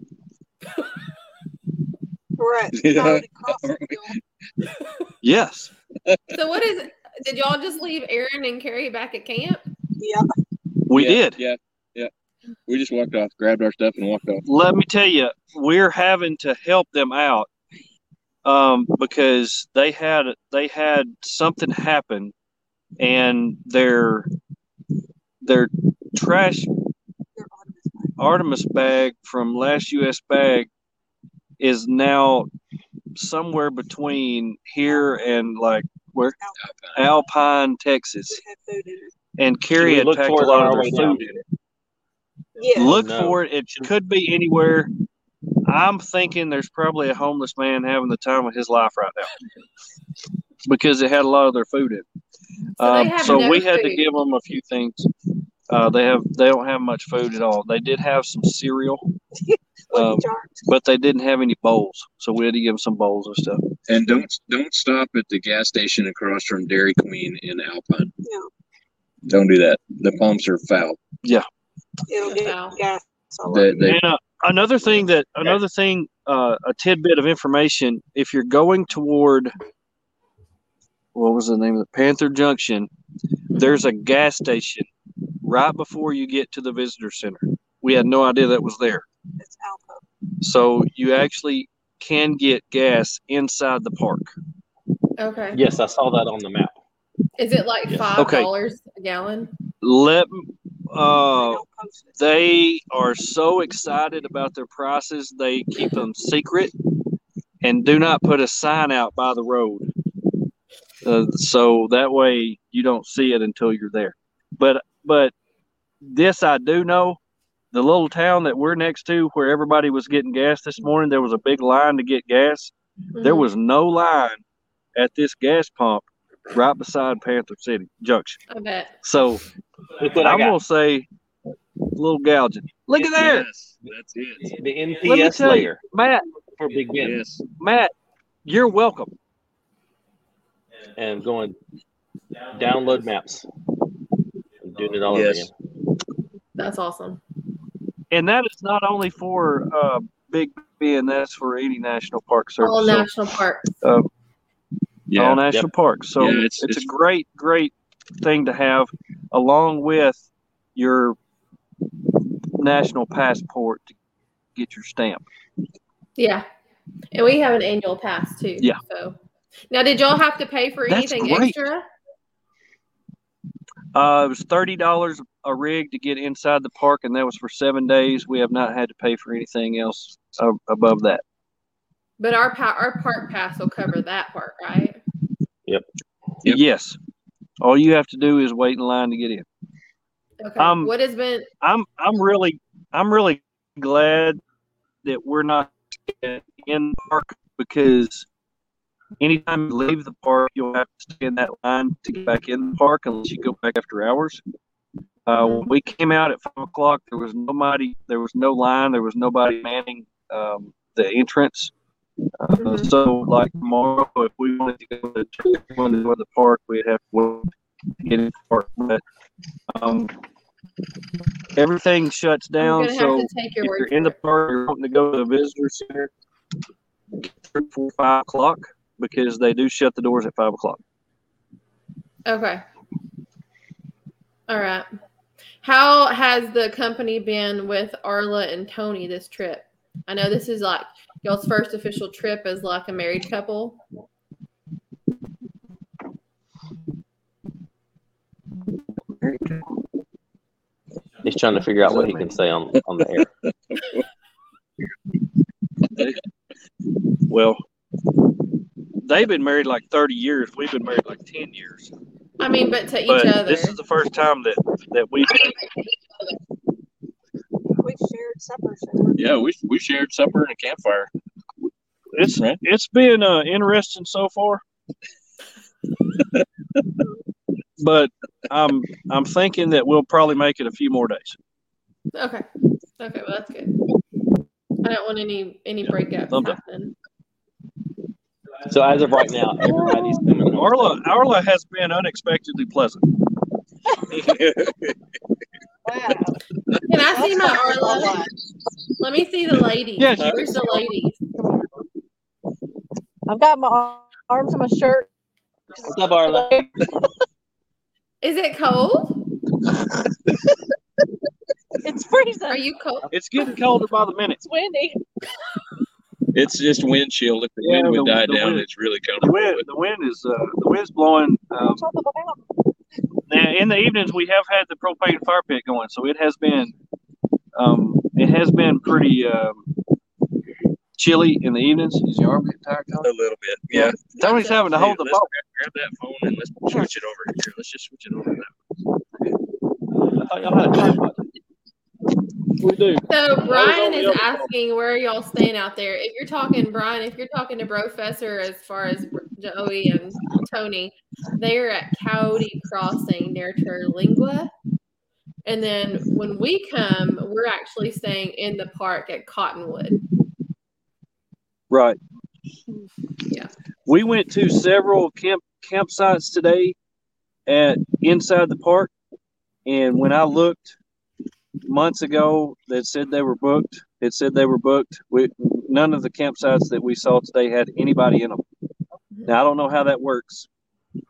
[SPEAKER 5] We're at
[SPEAKER 4] Yeah.
[SPEAKER 5] Solid Crossing Hill.
[SPEAKER 2] Yes.
[SPEAKER 1] So what is? Did y'all just leave Aaron and Carrie back at camp?
[SPEAKER 5] Yeah.
[SPEAKER 2] We
[SPEAKER 4] Yeah,
[SPEAKER 2] did.
[SPEAKER 4] Yeah, yeah. We just walked off, grabbed our stuff, and walked off.
[SPEAKER 2] Let me tell you, we're having to help them out um, because they had they had something happen, and their their trash
[SPEAKER 5] They're on this one.
[SPEAKER 2] Artemis bag from Last US Bag is now somewhere between here and like where Alpine, Texas,
[SPEAKER 5] It had food in it.
[SPEAKER 2] and Carrie
[SPEAKER 3] Should we
[SPEAKER 2] had
[SPEAKER 3] look
[SPEAKER 2] packed
[SPEAKER 3] for
[SPEAKER 2] a
[SPEAKER 3] it
[SPEAKER 2] lot
[SPEAKER 3] on
[SPEAKER 2] of
[SPEAKER 3] our
[SPEAKER 2] their
[SPEAKER 3] way
[SPEAKER 2] food
[SPEAKER 3] down?
[SPEAKER 2] in it.
[SPEAKER 5] Yeah.
[SPEAKER 2] Look
[SPEAKER 3] No.
[SPEAKER 2] for it; it could be anywhere. I'm thinking there's probably a homeless man having the time of his life right now because it had a lot of their food in. it.
[SPEAKER 1] So
[SPEAKER 2] Um,
[SPEAKER 1] they have
[SPEAKER 2] so
[SPEAKER 1] no
[SPEAKER 2] we had to
[SPEAKER 1] food.
[SPEAKER 2] give them a few things. Uh, they have they don't have much food at all. They did have some cereal.
[SPEAKER 5] Lucky
[SPEAKER 2] um,
[SPEAKER 5] Charms.
[SPEAKER 2] but they didn't have any bowls, so we had to give them some bowls and stuff.
[SPEAKER 4] And don't don't stop at the gas station across from Dairy Queen in Alpine.
[SPEAKER 5] No.
[SPEAKER 4] Don't do that. The pumps are foul.
[SPEAKER 5] It'll get
[SPEAKER 1] Wow.
[SPEAKER 5] gas. all
[SPEAKER 4] They,
[SPEAKER 5] over.
[SPEAKER 4] they,
[SPEAKER 2] and uh, another thing that another thing, uh, a tidbit of information: if you're going toward what was the name of it, Panther Junction, there's a gas station right before you get to the visitor center. We had no idea that was there,
[SPEAKER 5] It's Alpo.
[SPEAKER 2] so you actually can get gas inside the park.
[SPEAKER 1] Okay.
[SPEAKER 3] Yes, I saw that on the map.
[SPEAKER 1] Is it like
[SPEAKER 3] Yes.
[SPEAKER 1] five
[SPEAKER 2] Okay.
[SPEAKER 1] dollars a gallon?
[SPEAKER 2] Let
[SPEAKER 5] They
[SPEAKER 2] uh,
[SPEAKER 5] don't post it.
[SPEAKER 2] they are so excited about their prices they keep them secret and do not put a sign out by the road uh, so that way you don't see it until you're there but but this i do know the little town that we're next to where everybody was getting gas this morning there was a big line to get gas there
[SPEAKER 1] Mhm.
[SPEAKER 2] was no line at this gas pump right beside panther city junction
[SPEAKER 1] I bet.
[SPEAKER 2] so
[SPEAKER 3] Look what
[SPEAKER 2] i'm
[SPEAKER 3] I
[SPEAKER 2] gonna
[SPEAKER 3] got.
[SPEAKER 2] say little gouging look at there
[SPEAKER 4] Yes, that's it.
[SPEAKER 3] The
[SPEAKER 2] Let me
[SPEAKER 3] NPS
[SPEAKER 2] tell you,
[SPEAKER 3] layer
[SPEAKER 2] Matt,
[SPEAKER 3] for Big Ben.
[SPEAKER 4] Yes.
[SPEAKER 2] Matt, you're welcome.
[SPEAKER 3] And going download maps. I'm doing it all
[SPEAKER 4] Yes.
[SPEAKER 3] over
[SPEAKER 1] That's awesome.
[SPEAKER 2] And that is not only for uh, Big Ben, that's for any national park service.
[SPEAKER 1] All
[SPEAKER 2] So,
[SPEAKER 1] national parks.
[SPEAKER 2] uh, all
[SPEAKER 4] Yeah.
[SPEAKER 2] national parks. So
[SPEAKER 4] Yeah,
[SPEAKER 2] it's,
[SPEAKER 4] it's-
[SPEAKER 2] it's,
[SPEAKER 4] it's-
[SPEAKER 2] a great, great thing to have along with your national passport to get your stamp.
[SPEAKER 1] Yeah. And we have an annual pass too.
[SPEAKER 2] Yeah.
[SPEAKER 1] So now did y'all have to pay for
[SPEAKER 2] That's
[SPEAKER 1] anything
[SPEAKER 2] great.
[SPEAKER 1] extra?
[SPEAKER 2] Uh, it was thirty dollars a rig to get inside the park, and that was for seven days. We have not had to pay for anything else uh, above that.
[SPEAKER 1] But our pa- our park pass will cover that part, right?
[SPEAKER 4] Yep.
[SPEAKER 2] Yes, all you have to do is wait in line to get in.
[SPEAKER 1] Okay.
[SPEAKER 2] Um,
[SPEAKER 1] what has been
[SPEAKER 2] I'm I'm really I'm really glad that we're not in the park because anytime you leave the park, you'll have to stay in that line to get back in the park unless you go back after hours. Uh, when we came out at five o'clock, there was nobody, there was no line, there was nobody manning um, the entrance. Uh,
[SPEAKER 1] Mhm.
[SPEAKER 2] So, like tomorrow, if we wanted to go to wanted to go to the park, we'd have to wait to get in the park. But um, everything shuts
[SPEAKER 1] I'm
[SPEAKER 2] down,
[SPEAKER 1] gonna have
[SPEAKER 2] so
[SPEAKER 1] to take your
[SPEAKER 2] if
[SPEAKER 1] word
[SPEAKER 2] you're
[SPEAKER 1] for
[SPEAKER 2] in the
[SPEAKER 1] it.
[SPEAKER 2] park, you're wanting to go to the visitor center, get there before five o'clock because they do shut the doors at five o'clock.
[SPEAKER 1] Okay. All right. How has the company been with Arla and Tony this trip? I know this is like y'all's first official trip as like a married couple.
[SPEAKER 3] again. He's trying to figure out what he can say on, on the air.
[SPEAKER 2] Well, they've been married like thirty years. We've been married like ten years.
[SPEAKER 1] I mean, but to each
[SPEAKER 2] but
[SPEAKER 1] other.
[SPEAKER 2] this is the first time that that we
[SPEAKER 5] We shared supper. so-
[SPEAKER 4] Yeah, we, we shared supper and a campfire.
[SPEAKER 2] it's
[SPEAKER 4] Right.
[SPEAKER 2] it's been uh, interesting so far. but I'm I'm thinking that we'll probably make it a few more days.
[SPEAKER 1] okay. Okay, well that's good. I don't want any any breakups
[SPEAKER 2] thumbs up.
[SPEAKER 1] happening.
[SPEAKER 3] So as of right now, everybody's coming home.
[SPEAKER 2] Arla Arla has been unexpectedly pleasant.
[SPEAKER 5] Wow.
[SPEAKER 1] Can I see my Arlo?
[SPEAKER 5] That's
[SPEAKER 1] Let me see the ladies.
[SPEAKER 2] Yes, you
[SPEAKER 1] Where's the ladies?
[SPEAKER 6] I've got my ar- arms on my shirt.
[SPEAKER 3] What's up, Arlo?
[SPEAKER 1] Is it cold?
[SPEAKER 6] It's freezing.
[SPEAKER 1] Are you cold?
[SPEAKER 2] It's getting colder by the minute.
[SPEAKER 6] It's windy.
[SPEAKER 4] It's just wind chill. If the wind
[SPEAKER 2] Yeah,
[SPEAKER 4] would
[SPEAKER 2] the-
[SPEAKER 4] die
[SPEAKER 2] the
[SPEAKER 4] down,
[SPEAKER 2] wind.
[SPEAKER 4] it's really
[SPEAKER 2] The
[SPEAKER 4] comfortable.
[SPEAKER 2] wind, the wind is uh, the wind's blowing. Um,
[SPEAKER 6] That's what I'm about.
[SPEAKER 2] now in the evenings, we have had the propane fire pit going, so it has been um, it has been pretty um, chilly in the evenings. Is your arm getting tired,
[SPEAKER 4] A
[SPEAKER 2] Tony?
[SPEAKER 4] little bit, yeah.
[SPEAKER 2] Tony's having to hold the
[SPEAKER 4] Dude, let's
[SPEAKER 2] ball.
[SPEAKER 4] Grab grab that phone and let's switch it over here. Let's just switch it over. now.
[SPEAKER 3] I thought y'all had a tripod.
[SPEAKER 2] We do.
[SPEAKER 1] So Brian
[SPEAKER 2] no,
[SPEAKER 1] is
[SPEAKER 2] no, no.
[SPEAKER 1] asking where y'all staying out there. If you're talking Brian, if you're talking to Professor as far as Joey and Tony, they're at Coyote Crossing near Terlingua. And then when we come, we're actually staying in the park at Cottonwood.
[SPEAKER 2] Right.
[SPEAKER 1] Yeah.
[SPEAKER 2] We went to several camp campsites today at inside the park, and when I looked months ago that said they were booked, it said they were booked. We, none of the campsites that we saw today had anybody in them. Now I don't know how that works,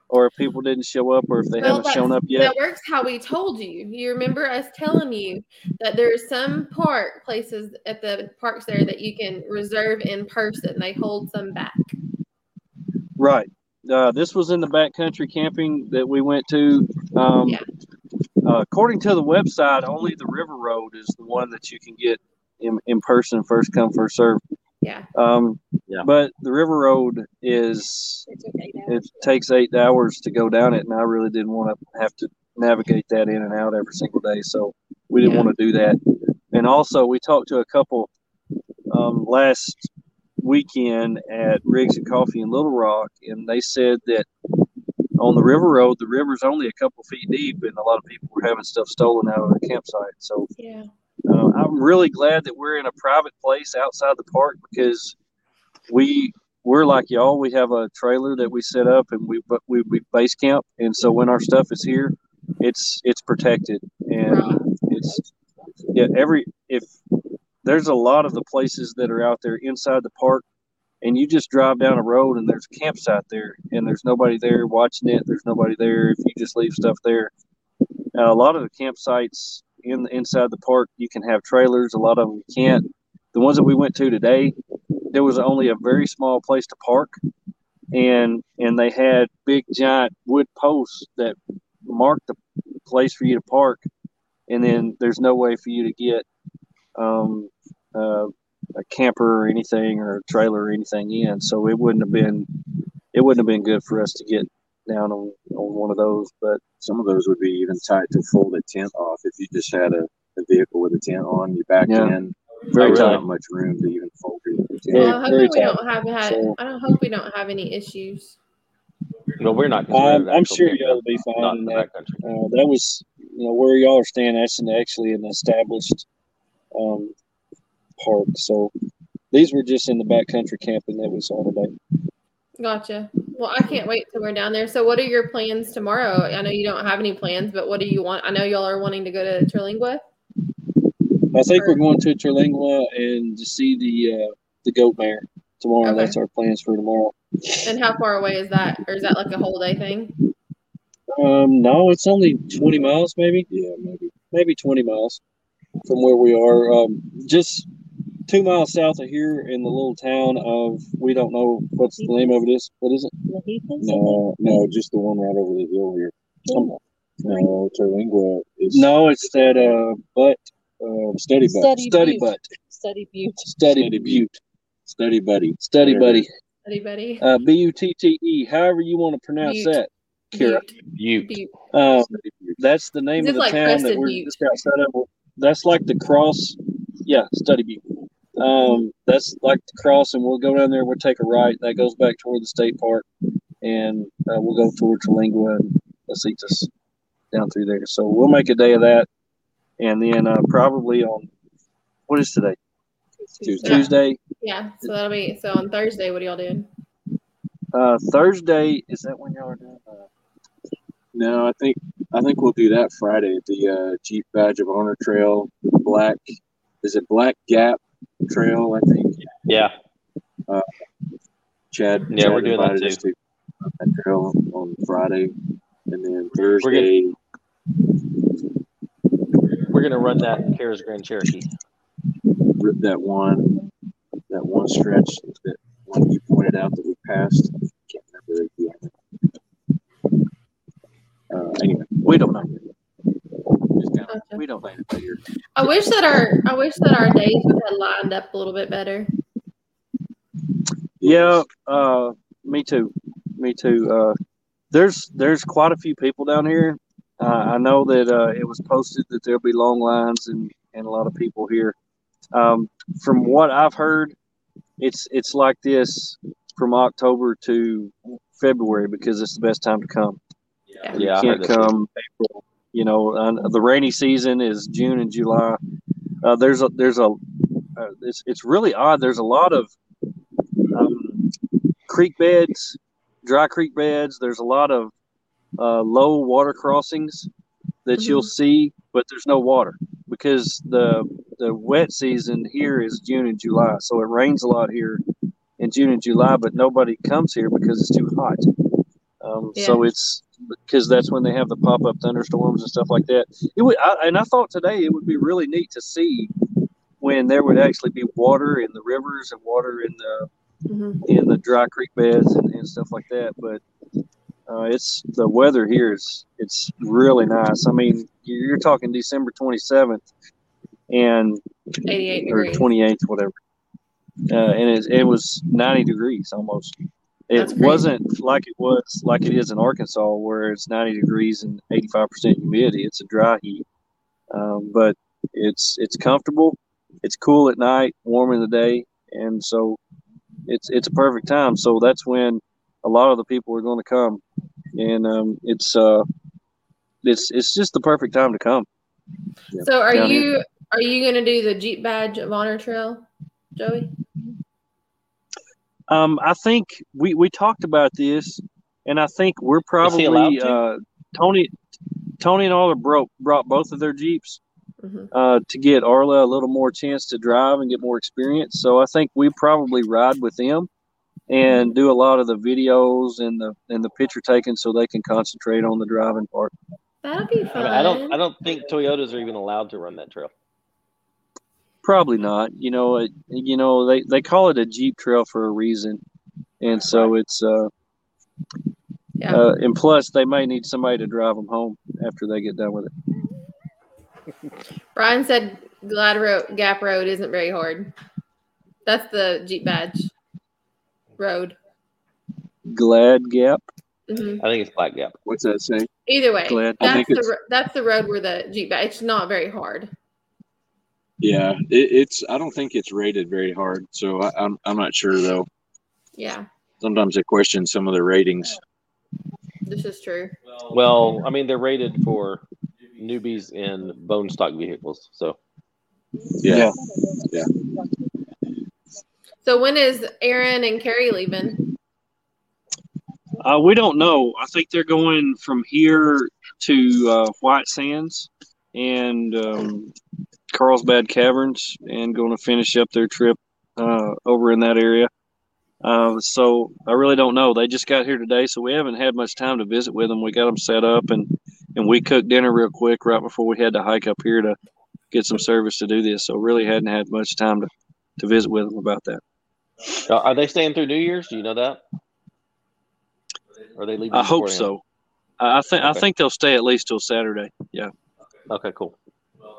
[SPEAKER 2] or if people didn't show up, or if they
[SPEAKER 1] Well,
[SPEAKER 2] haven't
[SPEAKER 1] that's-
[SPEAKER 2] shown up yet.
[SPEAKER 1] That works how we told you. You remember us telling you that there's some park places at the parks there that you can reserve in person. They hold some back.
[SPEAKER 2] Right. Uh, this was in the backcountry camping that we went to. Um,
[SPEAKER 1] Yeah.
[SPEAKER 2] uh, according to the website, only the river road is the one that you can get in, in person, first come, first serve.
[SPEAKER 1] Yeah.
[SPEAKER 2] Um,
[SPEAKER 3] Yeah.
[SPEAKER 2] But the river road is, it takes eight hours to go down it, and I really didn't want to have to navigate that in and out every single day. So we didn't
[SPEAKER 1] Yeah.
[SPEAKER 2] want to do that. And also, we talked to a couple um, last weekend at Riggs and Coffee in Little Rock, and they said that on the river road, the river's only a couple feet deep, and a lot of people were having stuff stolen out of the campsite. So
[SPEAKER 1] Yeah.
[SPEAKER 2] uh, I'm really glad that we're in a private place outside the park because we we're like y'all. We have a trailer that we set up, and we but we, we base camp, and so when our stuff is here, it's it's protected and
[SPEAKER 1] Right.
[SPEAKER 2] it's yeah every if there's a lot of the places that are out there inside the park and you just drive down a road and there's a campsite there and there's nobody there watching it there's nobody there if you just leave stuff there uh, a lot of the campsites in the inside the park you can have trailers a lot of them you can't the ones that we went to today there was only a very small place to park and and they had big giant wood posts that marked the place for you to park and then there's no way for you to get um, uh, a camper or anything or a trailer or anything in. So it wouldn't have been it wouldn't have been good for us to get down on, on one of those. But
[SPEAKER 11] Some of those would be even tied to fold a tent off. If you just had a, a vehicle with a tent on, you back
[SPEAKER 2] Yeah.
[SPEAKER 11] in.
[SPEAKER 4] Oh,
[SPEAKER 2] very
[SPEAKER 11] there's
[SPEAKER 2] tight.
[SPEAKER 11] not much room to even fold your tent.
[SPEAKER 1] Well,
[SPEAKER 3] Very,
[SPEAKER 1] hopefully
[SPEAKER 3] very
[SPEAKER 1] we
[SPEAKER 3] tight.
[SPEAKER 1] don't have had.
[SPEAKER 2] So-
[SPEAKER 1] I don't hope we don't have any issues.
[SPEAKER 3] No, we're not. 'cause we're at
[SPEAKER 2] Um,
[SPEAKER 3] an
[SPEAKER 2] I'm
[SPEAKER 3] actual
[SPEAKER 2] sure
[SPEAKER 3] campground,
[SPEAKER 2] y'all will be
[SPEAKER 3] Not
[SPEAKER 2] fine.
[SPEAKER 3] in
[SPEAKER 2] in
[SPEAKER 3] the
[SPEAKER 2] That,
[SPEAKER 3] backcountry.
[SPEAKER 2] uh, that was you know where y'all are staying. That's an, actually an established um, park. So these were just in the backcountry camping that we saw today.
[SPEAKER 1] Gotcha. Well, I can't wait till we're down there. So, what are your plans tomorrow? I know you don't have any plans, but what do you want? I know y'all are wanting to go to Terlingua.
[SPEAKER 2] I think we're going to Terlingua and to see the uh, the goat mare tomorrow.
[SPEAKER 1] Okay.
[SPEAKER 2] That's our plans for tomorrow.
[SPEAKER 1] And how far away is that? Or is that like a whole day thing?
[SPEAKER 2] Um, no, it's only twenty miles, maybe
[SPEAKER 11] Yeah, maybe.
[SPEAKER 2] maybe twenty miles from where we are. Um, just two miles south of here in the little town of we don't know what's the name of it is. What is it?
[SPEAKER 11] No, no, just the one right over the hill here. No, Terlingua is
[SPEAKER 2] No, it's that uh butt um,
[SPEAKER 11] Study Buddy.
[SPEAKER 2] study, butt
[SPEAKER 6] Study Butte.
[SPEAKER 2] study
[SPEAKER 11] Study
[SPEAKER 2] butte
[SPEAKER 11] Study Buddy.
[SPEAKER 2] study
[SPEAKER 11] Whatever.
[SPEAKER 2] buddy
[SPEAKER 1] Anybody?
[SPEAKER 2] uh, b u t t e. However you want to pronounce
[SPEAKER 1] Butte.
[SPEAKER 2] that, Kira.
[SPEAKER 3] Butte.
[SPEAKER 1] Butte.
[SPEAKER 2] Um,
[SPEAKER 11] Study Buddy.
[SPEAKER 2] That's the name
[SPEAKER 1] Is it
[SPEAKER 2] of the
[SPEAKER 1] like
[SPEAKER 2] town that
[SPEAKER 1] Crested
[SPEAKER 2] we're
[SPEAKER 1] Butte?
[SPEAKER 2] just outside of. That's like the cross. Yeah, Study Butte. Um, that's like the cross, and we'll go down there. We'll take a right that goes back toward the state park, and uh, we'll go toward Terlingua and Lasitas down through there. So we'll make a day of that, and then uh, probably on what is today?
[SPEAKER 11] Tuesday.
[SPEAKER 2] Tuesday.
[SPEAKER 1] Yeah. So that'll be so on Thursday. What are y'all doing?
[SPEAKER 2] Uh, Thursday is that when y'all are doing? Uh,
[SPEAKER 11] No, I think I think we'll do that Friday. The uh, Jeep Badge of Honor Trail, Black, is it Black Gap Trail? I think
[SPEAKER 3] Yeah.
[SPEAKER 11] Chad.
[SPEAKER 3] Yeah,
[SPEAKER 11] Chad
[SPEAKER 3] we're doing that
[SPEAKER 11] invited us to that trail on Friday, and then Thursday.
[SPEAKER 3] We're going to run that in Kara's Grand Cherokee.
[SPEAKER 11] rip that one that one stretch that one you pointed out that we passed. I can't remember the end. Uh, anyway, we don't know. Just kinda-
[SPEAKER 1] Okay.
[SPEAKER 11] We don't know that here.
[SPEAKER 1] I wish that our I wish that our days would have lined up a little bit better.
[SPEAKER 2] Yeah, uh, me too. Me too. Uh, there's there's quite a few people down here. Uh, I know that uh, it was posted that there'll be long lines and, and a lot of people here. Um, from what I've heard, it's it's like this from October to February because it's the best time to come. You
[SPEAKER 3] Yeah. I heard
[SPEAKER 2] can't
[SPEAKER 3] that too.
[SPEAKER 2] come April. You know, and the rainy season is June and July. Uh, there's a there's a uh, it's it's really odd. There's a lot of um, creek beds, dry creek beds. There's a lot of uh, low water crossings that you'll see, but there's no water because the the wet season here is June and July. So it rains a lot here in June and July, but nobody comes here because it's too hot. Um, So it's because that's when they have the pop up thunderstorms and stuff like that. It would, I, and I thought today it would be really neat to see when there would actually be water in the rivers and water in the
[SPEAKER 1] Mhm.
[SPEAKER 2] in the dry creek beds and, and stuff like that. But uh, it's the weather here is it's really nice. I mean, you- you're talking December 27th and
[SPEAKER 1] 88
[SPEAKER 2] or
[SPEAKER 1] degrees.
[SPEAKER 2] 28th, whatever, uh, and it, it was 90 degrees almost. It
[SPEAKER 1] That's crazy.
[SPEAKER 2] wasn't like it was like it is in Arkansas, where it's 90 degrees and 85 percent humidity. It's a dry heat, um, but it's it's comfortable. It's cool at night, warm in the day, and so it's it's a perfect time. So that's when a lot of the people are going to come, and um, it's uh, it's it's just the perfect time to come.
[SPEAKER 1] So are
[SPEAKER 2] down
[SPEAKER 1] you are you gonna do the Jeep Badge of Honor Trail, Joey?
[SPEAKER 2] Um, I think we we talked about this, and I think we're
[SPEAKER 3] allowed
[SPEAKER 2] probably
[SPEAKER 3] to?
[SPEAKER 2] uh, Tony Tony and Arla broke brought both of their jeeps
[SPEAKER 1] Mhm.
[SPEAKER 2] uh, to get Arla a little more chance to drive and get more experience. So I think we probably ride with them and do a lot of the videos and the and the picture taking so they can concentrate on the driving part.
[SPEAKER 1] That'll be
[SPEAKER 3] I,
[SPEAKER 1] fun.
[SPEAKER 3] mean, I don't. I don't think Toyotas are even allowed to run that trail.
[SPEAKER 2] Probably not. You know, it, you know they, they call it a Jeep trail for a reason, and so it's uh,
[SPEAKER 1] Yeah.
[SPEAKER 2] uh, and plus they may need somebody to drive them home after they get done with it.
[SPEAKER 1] Brian said Glad Road Gap Road isn't very hard. That's the Jeep Badge road.
[SPEAKER 2] Glad Gap.
[SPEAKER 1] Mhm.
[SPEAKER 3] I think it's Black Gap.
[SPEAKER 11] What's that say?
[SPEAKER 1] Either way,
[SPEAKER 2] Glad-
[SPEAKER 11] I
[SPEAKER 1] that's
[SPEAKER 11] think
[SPEAKER 1] the
[SPEAKER 11] it's-
[SPEAKER 1] ro- that's the road where the Jeep Badge. It's not very hard.
[SPEAKER 11] Yeah, it, it's. I don't think it's rated very hard, so I, I'm. I'm not sure though.
[SPEAKER 1] Yeah,
[SPEAKER 11] Sometimes I question some of the ratings.
[SPEAKER 1] this is true.
[SPEAKER 3] Well, I mean, they're rated for newbies in bone stock vehicles. So
[SPEAKER 11] Yeah.
[SPEAKER 1] So when is Aaron and Carrie leaving?
[SPEAKER 2] Uh, we don't know. I think they're going from here to uh, White Sands and um, Carlsbad Caverns and going to finish up their trip uh, over in that area. Uh, so I really don't know. They just got here today, so we haven't had much time to visit with them. We got them set up and, and we cooked dinner real quick right before we had to hike up here to get some service to do this. So really hadn't had much time to, to visit with them about that.
[SPEAKER 3] Uh, are they staying through New Year's? Do you know that? Or are they leaving?
[SPEAKER 2] I hope so.
[SPEAKER 3] beforehand?
[SPEAKER 2] I I think I
[SPEAKER 3] Okay.
[SPEAKER 2] think they'll stay at least till Saturday.
[SPEAKER 3] Okay, cool.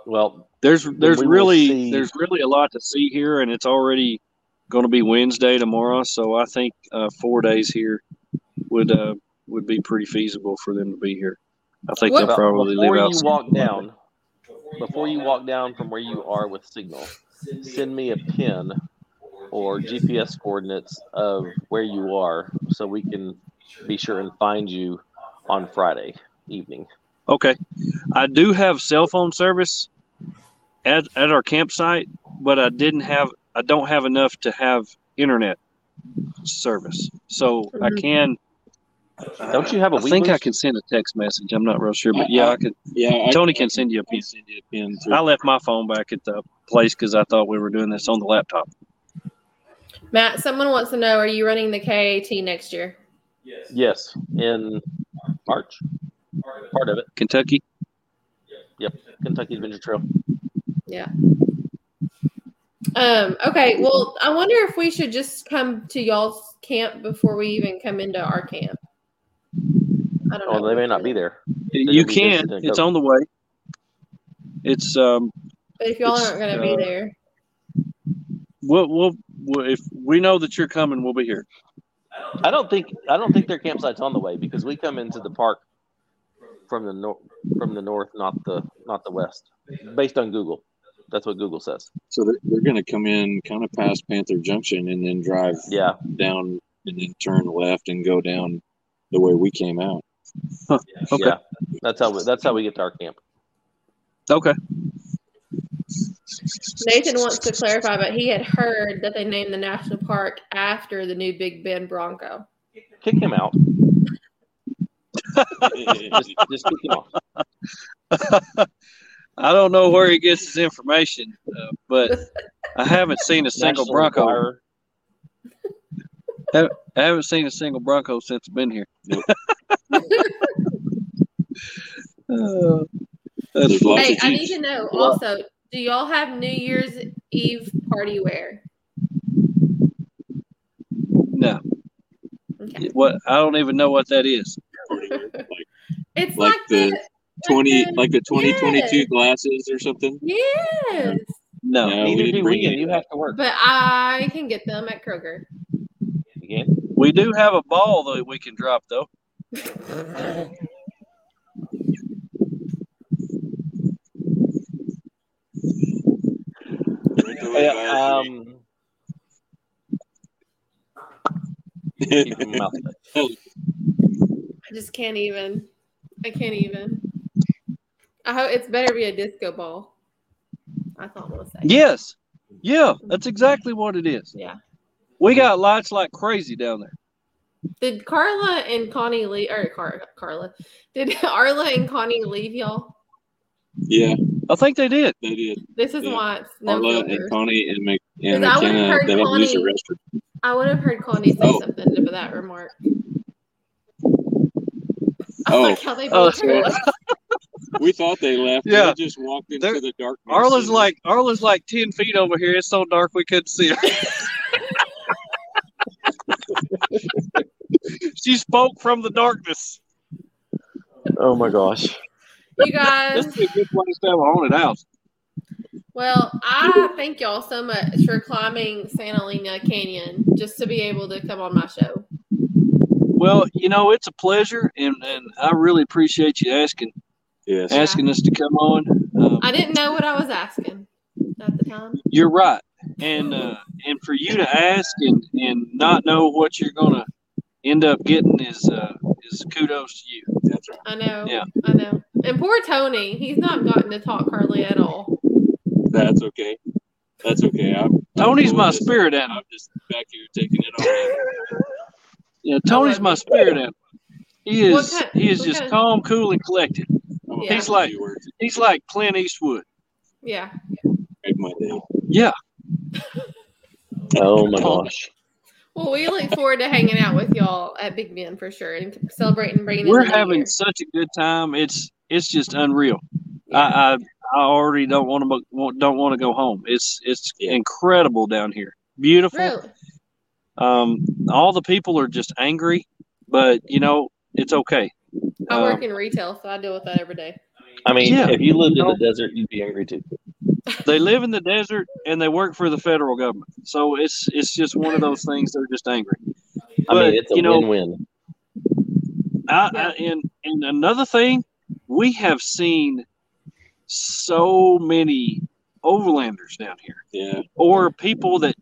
[SPEAKER 3] Well,
[SPEAKER 2] There's there's
[SPEAKER 3] we will see-
[SPEAKER 2] really there's really a lot to see here, and it's already going to be Wednesday tomorrow. So I think uh, four days here would uh, would be pretty feasible for them to be here. I think
[SPEAKER 1] What-
[SPEAKER 2] they'll
[SPEAKER 3] Well,
[SPEAKER 2] probably live
[SPEAKER 3] before
[SPEAKER 2] out.
[SPEAKER 3] you walk down, before you walk down from where you are with signal, send me a pin or GPS coordinates of where you are, so we can be sure and find you on Friday evening.
[SPEAKER 2] Okay, I do have cell phone service at at our campsite, but I didn't have I don't have enough to have internet service, so I
[SPEAKER 1] Mhm.
[SPEAKER 2] can
[SPEAKER 3] Don't you have a
[SPEAKER 2] I
[SPEAKER 3] weed
[SPEAKER 2] think I
[SPEAKER 3] boost?
[SPEAKER 2] can send a text message. I'm not real sure, but yeah, I could.
[SPEAKER 11] Yeah,
[SPEAKER 2] Tony can send you a
[SPEAKER 11] I
[SPEAKER 2] pin.
[SPEAKER 11] send you a pin
[SPEAKER 2] I
[SPEAKER 11] through.
[SPEAKER 2] left my phone back at the place because I thought we were doing this on the laptop.
[SPEAKER 1] Matt, someone wants to know: Are you running the KAT next year?
[SPEAKER 3] Yes, in March. Part of it.
[SPEAKER 2] Kentucky.
[SPEAKER 3] Kentucky Adventure Trail.
[SPEAKER 1] Um. Okay. Well, I wonder if we should just come to y'all's camp before we even come into our camp. I don't know.
[SPEAKER 3] Oh, they may not be there.
[SPEAKER 2] you
[SPEAKER 3] gonna be
[SPEAKER 2] can.
[SPEAKER 3] visiting
[SPEAKER 2] It's
[SPEAKER 3] Gov-
[SPEAKER 2] on the way. It's um.
[SPEAKER 1] But if y'all
[SPEAKER 2] It's,
[SPEAKER 1] aren't going to be
[SPEAKER 2] uh,
[SPEAKER 1] there,
[SPEAKER 2] We'll, we'll we'll if we know that you're coming, we'll be here.
[SPEAKER 3] I don't think I don't think their campsite's on the way because we come into the park from the north from the north, not the not the west. Based on Google. That's what Google says.
[SPEAKER 11] So they're, they're going to come in kind of past Panther Junction and then drive
[SPEAKER 3] Yeah.
[SPEAKER 11] down and then turn left and go down the way we came out.
[SPEAKER 2] Okay.
[SPEAKER 3] Yeah. That's how we, that's how we get to our camp.
[SPEAKER 2] Okay.
[SPEAKER 1] Nathan wants to clarify, but he had heard that they named the national park after the new Big Bend Bronco.
[SPEAKER 3] Kick him out. Just, just kick him off.
[SPEAKER 2] I don't know where he gets his information, uh, but I haven't seen a single
[SPEAKER 3] National
[SPEAKER 2] Bronco.
[SPEAKER 3] Enquirer.
[SPEAKER 2] I haven't seen a single Bronco since I've been here. Uh, that's
[SPEAKER 11] There's
[SPEAKER 2] Oh,
[SPEAKER 11] lots
[SPEAKER 1] Hey,
[SPEAKER 11] of
[SPEAKER 1] I
[SPEAKER 11] Jeeps.
[SPEAKER 1] need to know also, do y'all have New Year's Eve party wear?
[SPEAKER 2] no.
[SPEAKER 1] Okay.
[SPEAKER 2] What I don't even know what that is.
[SPEAKER 1] It's like,
[SPEAKER 11] Like the
[SPEAKER 1] the,
[SPEAKER 11] Twenty
[SPEAKER 1] the-
[SPEAKER 11] like the twenty twenty two
[SPEAKER 1] Yes.
[SPEAKER 11] glasses or something.
[SPEAKER 1] Yes.
[SPEAKER 2] No.
[SPEAKER 11] No,
[SPEAKER 3] Neither
[SPEAKER 11] we didn't
[SPEAKER 3] do we
[SPEAKER 11] bring
[SPEAKER 3] and
[SPEAKER 11] any
[SPEAKER 3] you
[SPEAKER 11] of
[SPEAKER 3] have to work.
[SPEAKER 1] But I can get them at Kroger.
[SPEAKER 3] You can.
[SPEAKER 2] We do have a ball that we can drop though.
[SPEAKER 11] that. Right away,
[SPEAKER 3] Yeah,
[SPEAKER 11] guys.
[SPEAKER 3] um, keep your mouth shut.
[SPEAKER 1] I just can't even. I can't even. I hope it's better be a disco ball. I thought I was saying.
[SPEAKER 2] Yes. Yeah, that's exactly what it is.
[SPEAKER 1] Yeah.
[SPEAKER 2] We got lights like crazy down there.
[SPEAKER 1] Did Carla and Connie leave? Or Car- Carla? Did Arla and Connie leave y'all?
[SPEAKER 11] yeah,
[SPEAKER 2] I think they did.
[SPEAKER 11] they did.
[SPEAKER 1] This is
[SPEAKER 11] Yeah.
[SPEAKER 1] why it's no
[SPEAKER 11] Arla
[SPEAKER 1] filters.
[SPEAKER 11] and Connie and, Mc, and
[SPEAKER 1] Because I would've
[SPEAKER 11] McKenna,
[SPEAKER 1] heard
[SPEAKER 11] they don't use the
[SPEAKER 1] Connie.
[SPEAKER 11] restroom.
[SPEAKER 1] I would have heard Connie say
[SPEAKER 11] Oh.
[SPEAKER 1] something to that remark. I
[SPEAKER 11] Oh.
[SPEAKER 1] like how they
[SPEAKER 2] Oh,
[SPEAKER 1] both
[SPEAKER 2] that's
[SPEAKER 1] heard
[SPEAKER 2] right.
[SPEAKER 1] us.
[SPEAKER 11] We thought they left.
[SPEAKER 2] Yeah.
[SPEAKER 11] They just walked into
[SPEAKER 2] They're-
[SPEAKER 11] the darkness.
[SPEAKER 2] Arla's
[SPEAKER 11] and-
[SPEAKER 2] like Arla's like ten feet over here. It's so dark we couldn't see her. she spoke from the darkness.
[SPEAKER 3] Oh my gosh.
[SPEAKER 1] You
[SPEAKER 2] This
[SPEAKER 1] guys.
[SPEAKER 2] would be a good place to have a haunted house.
[SPEAKER 1] Well, I thank y'all so much for climbing Santa Elena Canyon just to be able to come on my show.
[SPEAKER 2] Well, you know, it's a pleasure, and, and I really appreciate you asking
[SPEAKER 11] yes.
[SPEAKER 1] Yeah.
[SPEAKER 2] asking us to come on. Um,
[SPEAKER 1] I didn't know what I was asking at the time.
[SPEAKER 2] you're right, and uh, and for you to ask and, and not know what you're gonna end up getting is uh, is kudos to you.
[SPEAKER 11] That's right.
[SPEAKER 1] I know.
[SPEAKER 2] Yeah.
[SPEAKER 1] I know. And poor Tony, he's not gotten to talk hardly at all.
[SPEAKER 11] That's okay. That's okay. I'm,
[SPEAKER 2] Tony's my
[SPEAKER 11] I'm just-
[SPEAKER 2] spirit animal.
[SPEAKER 11] I'm just back here taking it all. in.
[SPEAKER 2] Yeah, Tony's my spirit animal. He
[SPEAKER 1] What
[SPEAKER 2] is
[SPEAKER 1] kind-
[SPEAKER 2] he is
[SPEAKER 1] what
[SPEAKER 2] just
[SPEAKER 1] kind-
[SPEAKER 2] calm, cool, and collected.
[SPEAKER 11] I'm
[SPEAKER 1] Yeah.
[SPEAKER 2] He's like- He's like Clint Eastwood.
[SPEAKER 1] Yeah.
[SPEAKER 11] Make my day.
[SPEAKER 2] Yeah,
[SPEAKER 3] Oh my gosh.
[SPEAKER 1] Well, we look forward to hanging out with y'all at Big Ben for sure and celebrating bringing
[SPEAKER 2] we're
[SPEAKER 1] in the new
[SPEAKER 2] having
[SPEAKER 1] year.
[SPEAKER 2] such a good time. It's it's just unreal.
[SPEAKER 1] Yeah.
[SPEAKER 2] I, I I already don't want to don't want to go home. It's it's
[SPEAKER 11] Yeah.
[SPEAKER 2] incredible down here. Beautiful.
[SPEAKER 1] Really?
[SPEAKER 2] Um, all the people are just angry, but you know it's okay.
[SPEAKER 1] I work
[SPEAKER 2] Um,
[SPEAKER 1] in retail, so I deal with that every day.
[SPEAKER 3] I mean,
[SPEAKER 2] Yeah.
[SPEAKER 3] if you lived
[SPEAKER 2] You
[SPEAKER 3] in
[SPEAKER 2] know-
[SPEAKER 3] the desert, you'd be angry too.
[SPEAKER 2] they live in the desert and they work for the federal government, so it's it's just one of those things. They're just angry.
[SPEAKER 3] I
[SPEAKER 2] But,
[SPEAKER 3] mean, it's a
[SPEAKER 2] you know-
[SPEAKER 3] win-win.
[SPEAKER 2] I,
[SPEAKER 1] Yeah.
[SPEAKER 2] I, and and another thing, we have seen so many overlanders down here.
[SPEAKER 11] Yeah.
[SPEAKER 2] or people that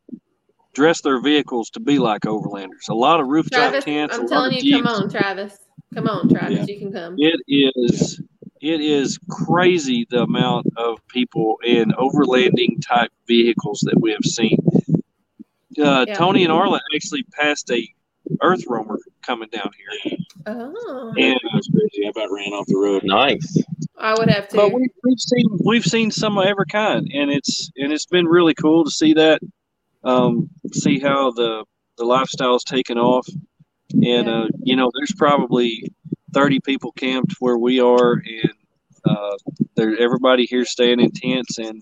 [SPEAKER 2] dress their vehicles to be like overlanders. A lot of rooftop
[SPEAKER 1] Travis,
[SPEAKER 2] tents.
[SPEAKER 1] I'm
[SPEAKER 2] a lot
[SPEAKER 1] telling
[SPEAKER 2] of
[SPEAKER 1] you, come
[SPEAKER 2] Jeeps.
[SPEAKER 1] on, Travis. Come on, Travis.
[SPEAKER 11] Yeah.
[SPEAKER 1] You can come.
[SPEAKER 2] It is it is crazy the amount of people in overlanding type vehicles that we have seen. Uh,
[SPEAKER 1] Yeah.
[SPEAKER 2] Tony and Arla actually passed a Earth Roamer coming down here.
[SPEAKER 1] Oh,
[SPEAKER 2] And
[SPEAKER 11] That was crazy. I about ran off the road.
[SPEAKER 3] Nice.
[SPEAKER 1] I would have
[SPEAKER 2] but
[SPEAKER 1] to.
[SPEAKER 2] we, we've seen we've seen some of every kind, and it's and it's been really cool to see that, um, see how the the lifestyle's taken off, and uh, you know, there's probably thirty people camped where we are, and uh, there everybody here staying in tents, and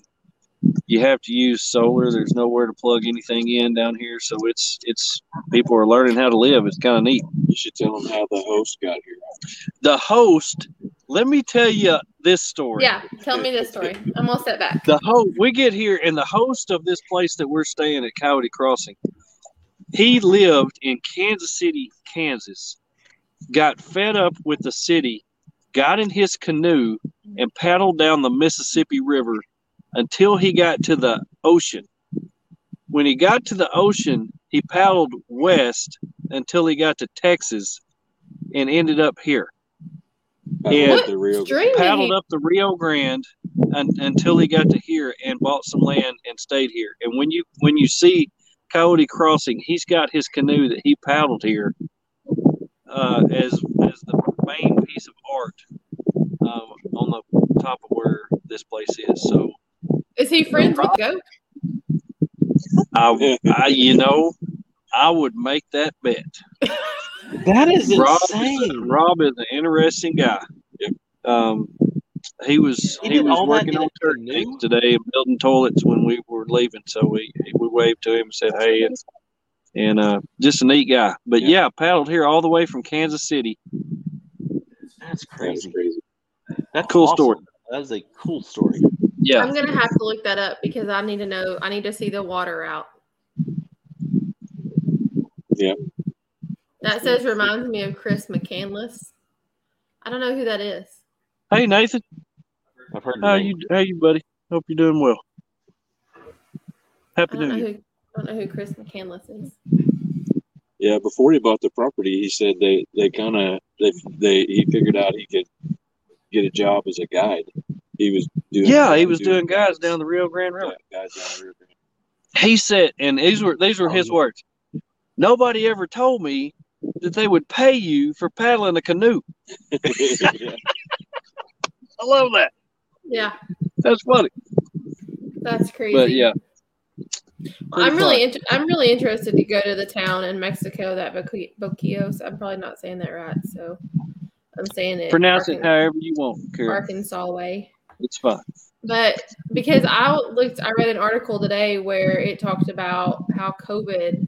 [SPEAKER 2] you have to use solar. There's nowhere to plug anything in down here, so it's it's people are learning how to live. It's kind of neat
[SPEAKER 11] You should tell them how the host got here.
[SPEAKER 2] the host let me tell you this story
[SPEAKER 1] Yeah, tell me this story. I'm all set back.
[SPEAKER 2] the host we get here and the host of this place that we're staying at coyote crossing he lived in kansas city kansas got fed up with the city got in his canoe and paddled down the mississippi river until he got to the ocean when he got to the ocean he paddled west until he got to texas and ended up here
[SPEAKER 11] I
[SPEAKER 2] Yeah.
[SPEAKER 11] love the Rio Grande.
[SPEAKER 1] Streaming.
[SPEAKER 2] paddled up the Rio Grande un, until he got to here and bought some land and stayed here. And when you when you see Coyote Crossing, he's got his canoe that he paddled here uh, as as the main piece of art uh, on the top of where this place is. So
[SPEAKER 1] Is he friends with Goat?
[SPEAKER 2] I, I you know I would make that bet.
[SPEAKER 3] That is
[SPEAKER 2] Rob is, Rob is an interesting guy. Um, he was
[SPEAKER 3] He
[SPEAKER 2] he,
[SPEAKER 3] did
[SPEAKER 2] was
[SPEAKER 3] all that
[SPEAKER 2] working
[SPEAKER 3] in
[SPEAKER 2] on
[SPEAKER 3] a
[SPEAKER 2] church
[SPEAKER 3] canoe?
[SPEAKER 2] things today and building toilets when we were leaving. So we we waved to him and said, "Hey," and, and uh, just a neat guy. But
[SPEAKER 11] Yeah.
[SPEAKER 2] yeah. paddled here all the way from Kansas City.
[SPEAKER 3] That's
[SPEAKER 11] That was
[SPEAKER 3] crazy.
[SPEAKER 11] crazy.
[SPEAKER 3] That's
[SPEAKER 2] Cool
[SPEAKER 3] awesome.
[SPEAKER 2] story.
[SPEAKER 3] That is a cool story.
[SPEAKER 2] Yeah,
[SPEAKER 1] I'm gonna have to look that up because I need to know. I need to see the water out.
[SPEAKER 11] Yeah.
[SPEAKER 1] That says reminds me of Chris McCandless. I don't know who that is.
[SPEAKER 2] Hey Nathan,
[SPEAKER 3] I've heard. the
[SPEAKER 2] how
[SPEAKER 3] name.
[SPEAKER 2] you how you buddy? Hope you're doing well.
[SPEAKER 1] I
[SPEAKER 2] Happy
[SPEAKER 1] don't
[SPEAKER 2] New
[SPEAKER 1] know who.
[SPEAKER 2] Year.
[SPEAKER 1] I don't know who Chris McCandless is.
[SPEAKER 11] Yeah, before he bought the property, he said they they kind of they they he figured out he could get a job as a guide. He was doing
[SPEAKER 2] Yeah, he was doing guys down the Rio Grande River.
[SPEAKER 11] yeah, guys down the Rio Grande.
[SPEAKER 2] he said, and these were these were
[SPEAKER 3] Oh,
[SPEAKER 2] his
[SPEAKER 3] yeah.
[SPEAKER 2] words. Nobody ever told me that they would pay you for paddling a canoe.
[SPEAKER 11] Yeah.
[SPEAKER 2] I love that.
[SPEAKER 1] Yeah,
[SPEAKER 2] That's funny.
[SPEAKER 1] that's crazy.
[SPEAKER 2] But yeah,
[SPEAKER 1] Well, I'm
[SPEAKER 2] pretty
[SPEAKER 1] really, inter- I'm really interested to go to the town in Mexico that Boqui- Boquios. I'm probably not saying that right, so I'm saying it.
[SPEAKER 2] pronounce it
[SPEAKER 1] Arkan-
[SPEAKER 2] however you want, Karen.
[SPEAKER 1] Arkansas way.
[SPEAKER 2] It's fine.
[SPEAKER 1] But because I looked, I read an article today where it talked about how COVID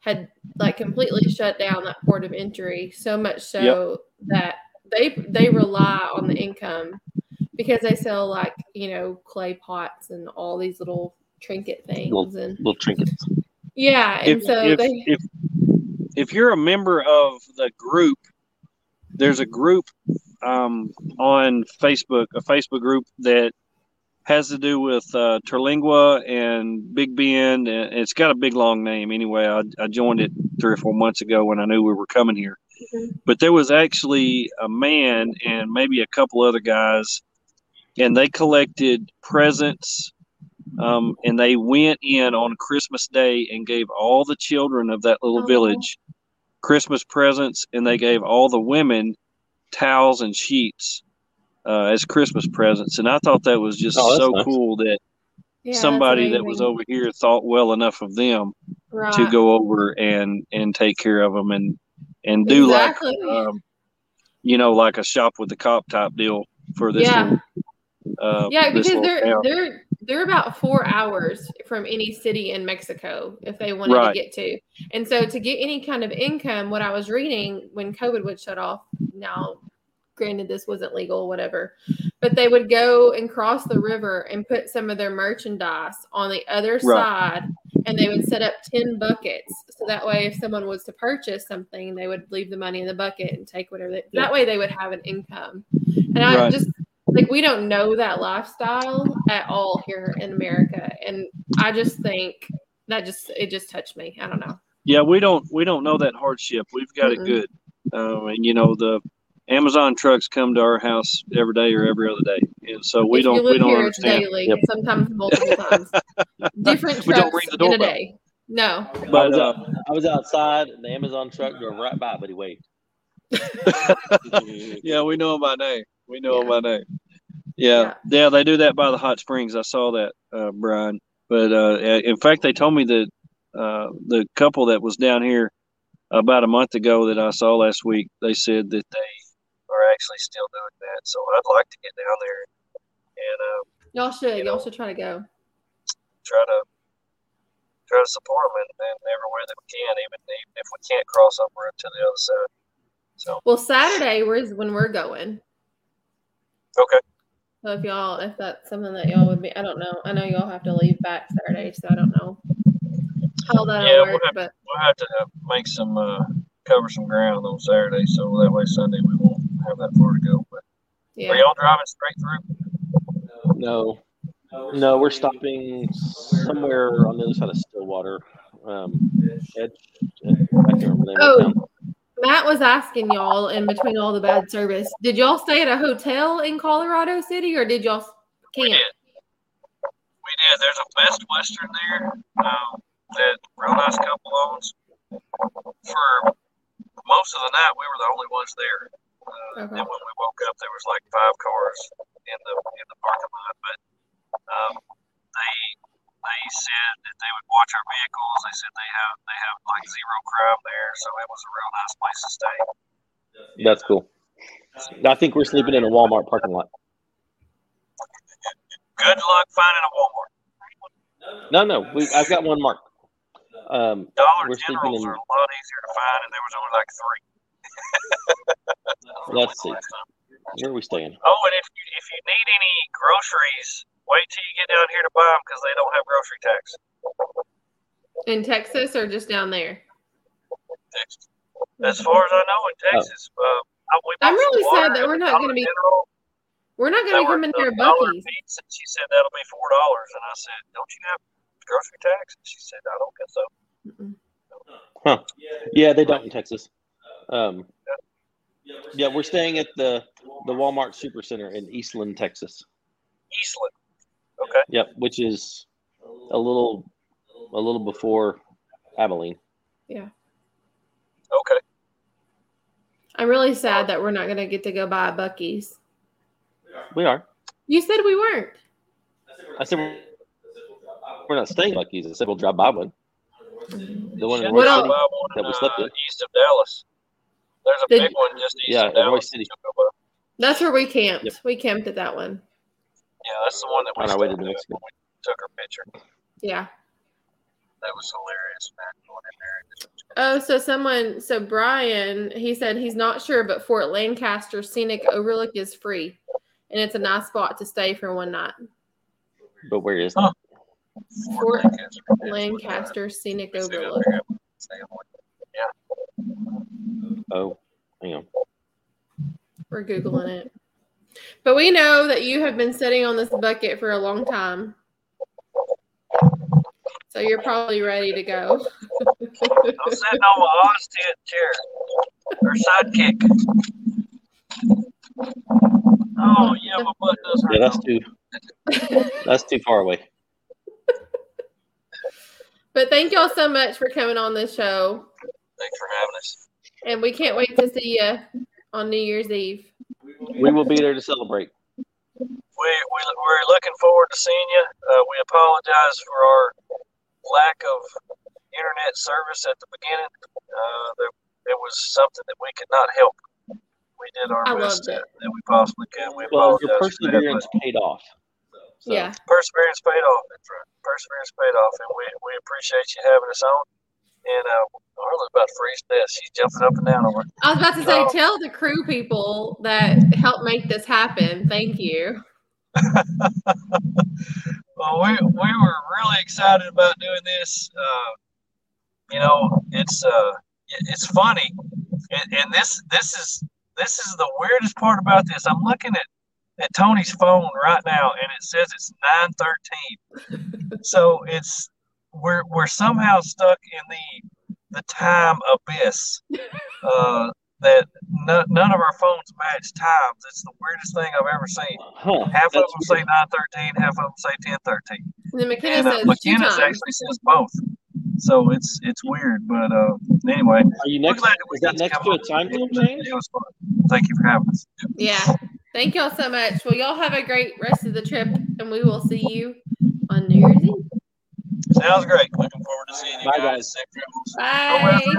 [SPEAKER 1] had like completely shut down that port of entry so much so that they they rely on the income because they sell like you know clay pots and all these little trinket things and
[SPEAKER 3] Little trinkets.
[SPEAKER 1] yeah and
[SPEAKER 2] if,
[SPEAKER 1] so
[SPEAKER 2] if,
[SPEAKER 1] they
[SPEAKER 2] if, if you're a member of the group, there's a group um, on Facebook, a Facebook group that has to do with uh, Terlingua and Big Bend. And it's got a big long name anyway. I, I joined it three or four months ago when I knew we were coming here.
[SPEAKER 1] Mhm.
[SPEAKER 2] But there was actually a man and maybe a couple other guys, and they collected presents um, and they went in on Christmas Day and gave all the children of that little
[SPEAKER 1] Oh.
[SPEAKER 2] village Christmas presents, and they gave all the women towels and sheets uh, as Christmas presents. And I thought that was just
[SPEAKER 3] Oh, that's
[SPEAKER 2] so
[SPEAKER 3] nice.
[SPEAKER 2] cool that
[SPEAKER 1] yeah, that's
[SPEAKER 2] somebody that was
[SPEAKER 1] amazing.
[SPEAKER 2] over here thought well enough of them
[SPEAKER 1] right.
[SPEAKER 2] to go over and and take care of them and and do
[SPEAKER 1] exactly
[SPEAKER 2] like um, you know like a shop with the cop type deal for this
[SPEAKER 1] Yeah.
[SPEAKER 2] little uh,
[SPEAKER 1] yeah
[SPEAKER 2] this
[SPEAKER 1] because
[SPEAKER 2] little
[SPEAKER 1] they're
[SPEAKER 2] town.
[SPEAKER 1] they're they're about four hours from any city in mexico if they wanted
[SPEAKER 2] Right.
[SPEAKER 1] to get to and so to get any kind of income what i was reading when covid would shut off now granted this wasn't legal whatever but they would go and cross the river and put some of their merchandise on the other side and they would set up 10 buckets so that way if someone was to purchase something they would leave the money in the bucket and take whatever they, that way they would have an income and i
[SPEAKER 2] Right.
[SPEAKER 1] just like we don't know that lifestyle at all here in America. And I just think that just it just touched me. I don't know.
[SPEAKER 2] Yeah, we don't we don't know that hardship. We've got
[SPEAKER 1] Mm-mm.
[SPEAKER 2] it good, um, and you know the Amazon trucks come to our house every day or every other day, and so we
[SPEAKER 1] if you
[SPEAKER 2] don't
[SPEAKER 1] live
[SPEAKER 2] we don't
[SPEAKER 1] here,
[SPEAKER 2] understand.
[SPEAKER 1] it's daily,
[SPEAKER 3] Yep.
[SPEAKER 1] sometimes multiple times, different
[SPEAKER 2] We don't
[SPEAKER 1] trucks
[SPEAKER 2] ring the
[SPEAKER 1] in a
[SPEAKER 2] doorbell.
[SPEAKER 1] day. No.
[SPEAKER 3] I,
[SPEAKER 2] But
[SPEAKER 3] was
[SPEAKER 2] uh,
[SPEAKER 3] out, I was outside, and the Amazon truck drove right by, but he waved.
[SPEAKER 2] yeah, we know him by name. We know him
[SPEAKER 1] Yeah.
[SPEAKER 2] by name. Yeah. yeah, they do that by the hot springs. I saw that, uh, Brian. But uh, in fact, they told me that uh, the couple that was down here about a month ago that I saw last week, they said that they are actually still doing that. So I'd like to get down there and uh,
[SPEAKER 1] Y'all should. Y'all should try to go.
[SPEAKER 2] try to try to support them in, in every way that we can, even even if we can't cross over to the other side. So
[SPEAKER 1] Well, Saturday is when we're going.
[SPEAKER 2] okay,
[SPEAKER 1] So if y'all, if that's something that y'all would be, I don't know. I know y'all have to leave back Saturday, so I don't know how that'll
[SPEAKER 2] Yeah, we'll
[SPEAKER 1] work.
[SPEAKER 2] have-
[SPEAKER 1] But
[SPEAKER 2] we'll have to have, make some uh, cover some ground on Saturday, so that way Sunday we won't have that far to go. But
[SPEAKER 1] yeah,
[SPEAKER 2] are y'all driving straight through?
[SPEAKER 3] No, no, we're stopping somewhere on the other side of Stillwater. Um, Edge, Edge, I can't remember the name of the
[SPEAKER 1] Oh.
[SPEAKER 3] town.
[SPEAKER 1] Matt was asking y'all in between all the bad service, did y'all stay at a hotel in Colorado City or did y'all camp?
[SPEAKER 2] We did. There's a Best Western there um, that real nice couple owns. For most of the night, we were the only ones there. Uh,
[SPEAKER 1] Okay.
[SPEAKER 2] And when we woke up, there was like five cars in the in the parking lot. But um, they they said that they would watch our vehicles. They said they have they have like zero crime there, so it was a real nice place to stay.
[SPEAKER 3] That's cool. I think we're sleeping in a Walmart parking lot.
[SPEAKER 2] Good luck finding a Walmart.
[SPEAKER 3] No, no, we, I've got one mark. Um,
[SPEAKER 2] Dollar
[SPEAKER 3] We're sleeping
[SPEAKER 2] Generals
[SPEAKER 3] in-
[SPEAKER 2] are a lot easier to find, and there was only like three.
[SPEAKER 3] let's see. Where are we staying?
[SPEAKER 2] Oh, and if you, if you need any groceries, wait till you get down here to buy them because they don't have grocery tax.
[SPEAKER 1] In Texas or just down there?
[SPEAKER 2] Texas. As far as I know,
[SPEAKER 3] Oh.
[SPEAKER 2] in Texas, uh, I, we
[SPEAKER 1] I'm
[SPEAKER 2] bought some
[SPEAKER 1] really sad
[SPEAKER 2] water
[SPEAKER 1] that
[SPEAKER 2] at
[SPEAKER 1] we're
[SPEAKER 2] the
[SPEAKER 1] not
[SPEAKER 2] Dollar
[SPEAKER 1] gonna be-
[SPEAKER 2] General.
[SPEAKER 1] We're not
[SPEAKER 2] They
[SPEAKER 1] going to
[SPEAKER 2] were
[SPEAKER 1] come in
[SPEAKER 2] a
[SPEAKER 1] there
[SPEAKER 2] dollar
[SPEAKER 1] Bucky's.
[SPEAKER 2] piece, and she said that'll be four dollars, and I said, "Don't you have grocery tax?" And she said, "I don't guess so."
[SPEAKER 1] Mm-mm.
[SPEAKER 3] Huh? Yeah, they don't in Texas. Um, yeah, we're staying at the the Walmart Supercenter in Eastland, Texas.
[SPEAKER 2] Eastland.
[SPEAKER 3] Yep, which is a little a little before Abilene.
[SPEAKER 2] Okay.
[SPEAKER 1] I'm really sad that we're not going to get to go buy a Bucky's.
[SPEAKER 3] We are.
[SPEAKER 1] You said we weren't.
[SPEAKER 3] I said we're, we're not staying at Buc-ee's. I said we'll drive by one. The one in
[SPEAKER 2] Should
[SPEAKER 3] Roy
[SPEAKER 1] Well-
[SPEAKER 3] City.
[SPEAKER 2] go buy one,
[SPEAKER 3] that we slept
[SPEAKER 2] uh,
[SPEAKER 3] in.
[SPEAKER 2] east of Dallas. There's a
[SPEAKER 1] Did-
[SPEAKER 2] big one just east
[SPEAKER 3] Yeah,
[SPEAKER 2] of
[SPEAKER 3] in Roy
[SPEAKER 2] Dallas.
[SPEAKER 3] City.
[SPEAKER 2] Should go buy.
[SPEAKER 1] That's where we camped.
[SPEAKER 3] Yep.
[SPEAKER 1] We camped at that one.
[SPEAKER 2] Yeah, that's the one that we
[SPEAKER 3] On our way to
[SPEAKER 2] stopped
[SPEAKER 3] New
[SPEAKER 2] at
[SPEAKER 3] Mexico.
[SPEAKER 2] when we took her picture.
[SPEAKER 1] Yeah.
[SPEAKER 2] That was hilarious, man. Going in there. and just-
[SPEAKER 1] Oh, so someone, so Brian, he said he's not sure, but Fort Lancaster Scenic Overlook is free, and it's a nice spot to stay for one night.
[SPEAKER 3] But where is
[SPEAKER 2] Huh.
[SPEAKER 3] that?
[SPEAKER 1] Fort
[SPEAKER 2] Lancaster.
[SPEAKER 1] Lancaster Scenic
[SPEAKER 2] Let's see if
[SPEAKER 1] Overlook.
[SPEAKER 2] they have same one.
[SPEAKER 3] Oh, hang on.
[SPEAKER 1] We're googling it, but we know that you have been sitting on this bucket for a long time, so you're probably ready to go.
[SPEAKER 2] I'm sitting on my Oz tent chair. Her sidekick. Oh yeah, my butt does hurt.
[SPEAKER 3] Yeah, that's too that's too far away.
[SPEAKER 1] But thank y'all so much for coming on this show,
[SPEAKER 2] Thanks for having us.
[SPEAKER 1] and we can't wait to see you on New Year's Eve.
[SPEAKER 3] We will be there to celebrate.
[SPEAKER 2] We, we we're looking forward to seeing you. Uh, we apologize for our lack of internet service at the beginning. Uh, there, it was something that we could not help. We did our
[SPEAKER 1] I loved
[SPEAKER 2] best that,
[SPEAKER 1] it.
[SPEAKER 2] that we possibly could. We
[SPEAKER 3] Well, your
[SPEAKER 2] apologize for that, but-
[SPEAKER 3] perseverance paid off. So,
[SPEAKER 1] Yeah.
[SPEAKER 2] perseverance paid off. That's right. Perseverance paid off, and we, we appreciate you having us on. And uh, Arla's about to freeze to death. She's jumping up and down over.
[SPEAKER 1] I was about to say,
[SPEAKER 2] Oh.
[SPEAKER 1] tell the crew people that helped make this happen. Thank you.
[SPEAKER 2] Well, we, we were really excited about doing this. Uh, you know, it's uh, it- it's funny, and, and this this is this is the weirdest part about this. I'm looking at at Tony's phone right now, and it says it's nine thirteen. so it's we're we're somehow stuck in the the time abyss. Uh, that no, none of our phones match times. It's the weirdest thing I've ever seen.
[SPEAKER 3] huh,
[SPEAKER 2] Half of
[SPEAKER 3] that's
[SPEAKER 2] them say nine thirteen, half of them say ten thirteen.
[SPEAKER 1] And then McKenna
[SPEAKER 2] And uh,
[SPEAKER 1] says two
[SPEAKER 2] McKenna's
[SPEAKER 1] times.
[SPEAKER 2] actually says both. So it's it's weird, but uh, anyway.
[SPEAKER 3] Are you
[SPEAKER 2] we're
[SPEAKER 3] next?
[SPEAKER 2] glad we
[SPEAKER 3] Is that
[SPEAKER 2] got
[SPEAKER 3] next
[SPEAKER 2] come
[SPEAKER 3] to a
[SPEAKER 2] up with
[SPEAKER 3] time
[SPEAKER 2] it.
[SPEAKER 3] zone change?
[SPEAKER 2] It was fun. Thank you for having us.
[SPEAKER 1] Yeah. Thank y'all so much. Well, y'all have a great rest of the trip, and we will see you on New Year's Eve.
[SPEAKER 2] Sounds great. Looking forward to seeing you
[SPEAKER 3] Bye,
[SPEAKER 2] guys.
[SPEAKER 3] guys.
[SPEAKER 2] Safe travels.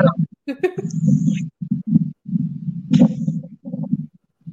[SPEAKER 1] Bye.
[SPEAKER 2] Go out there.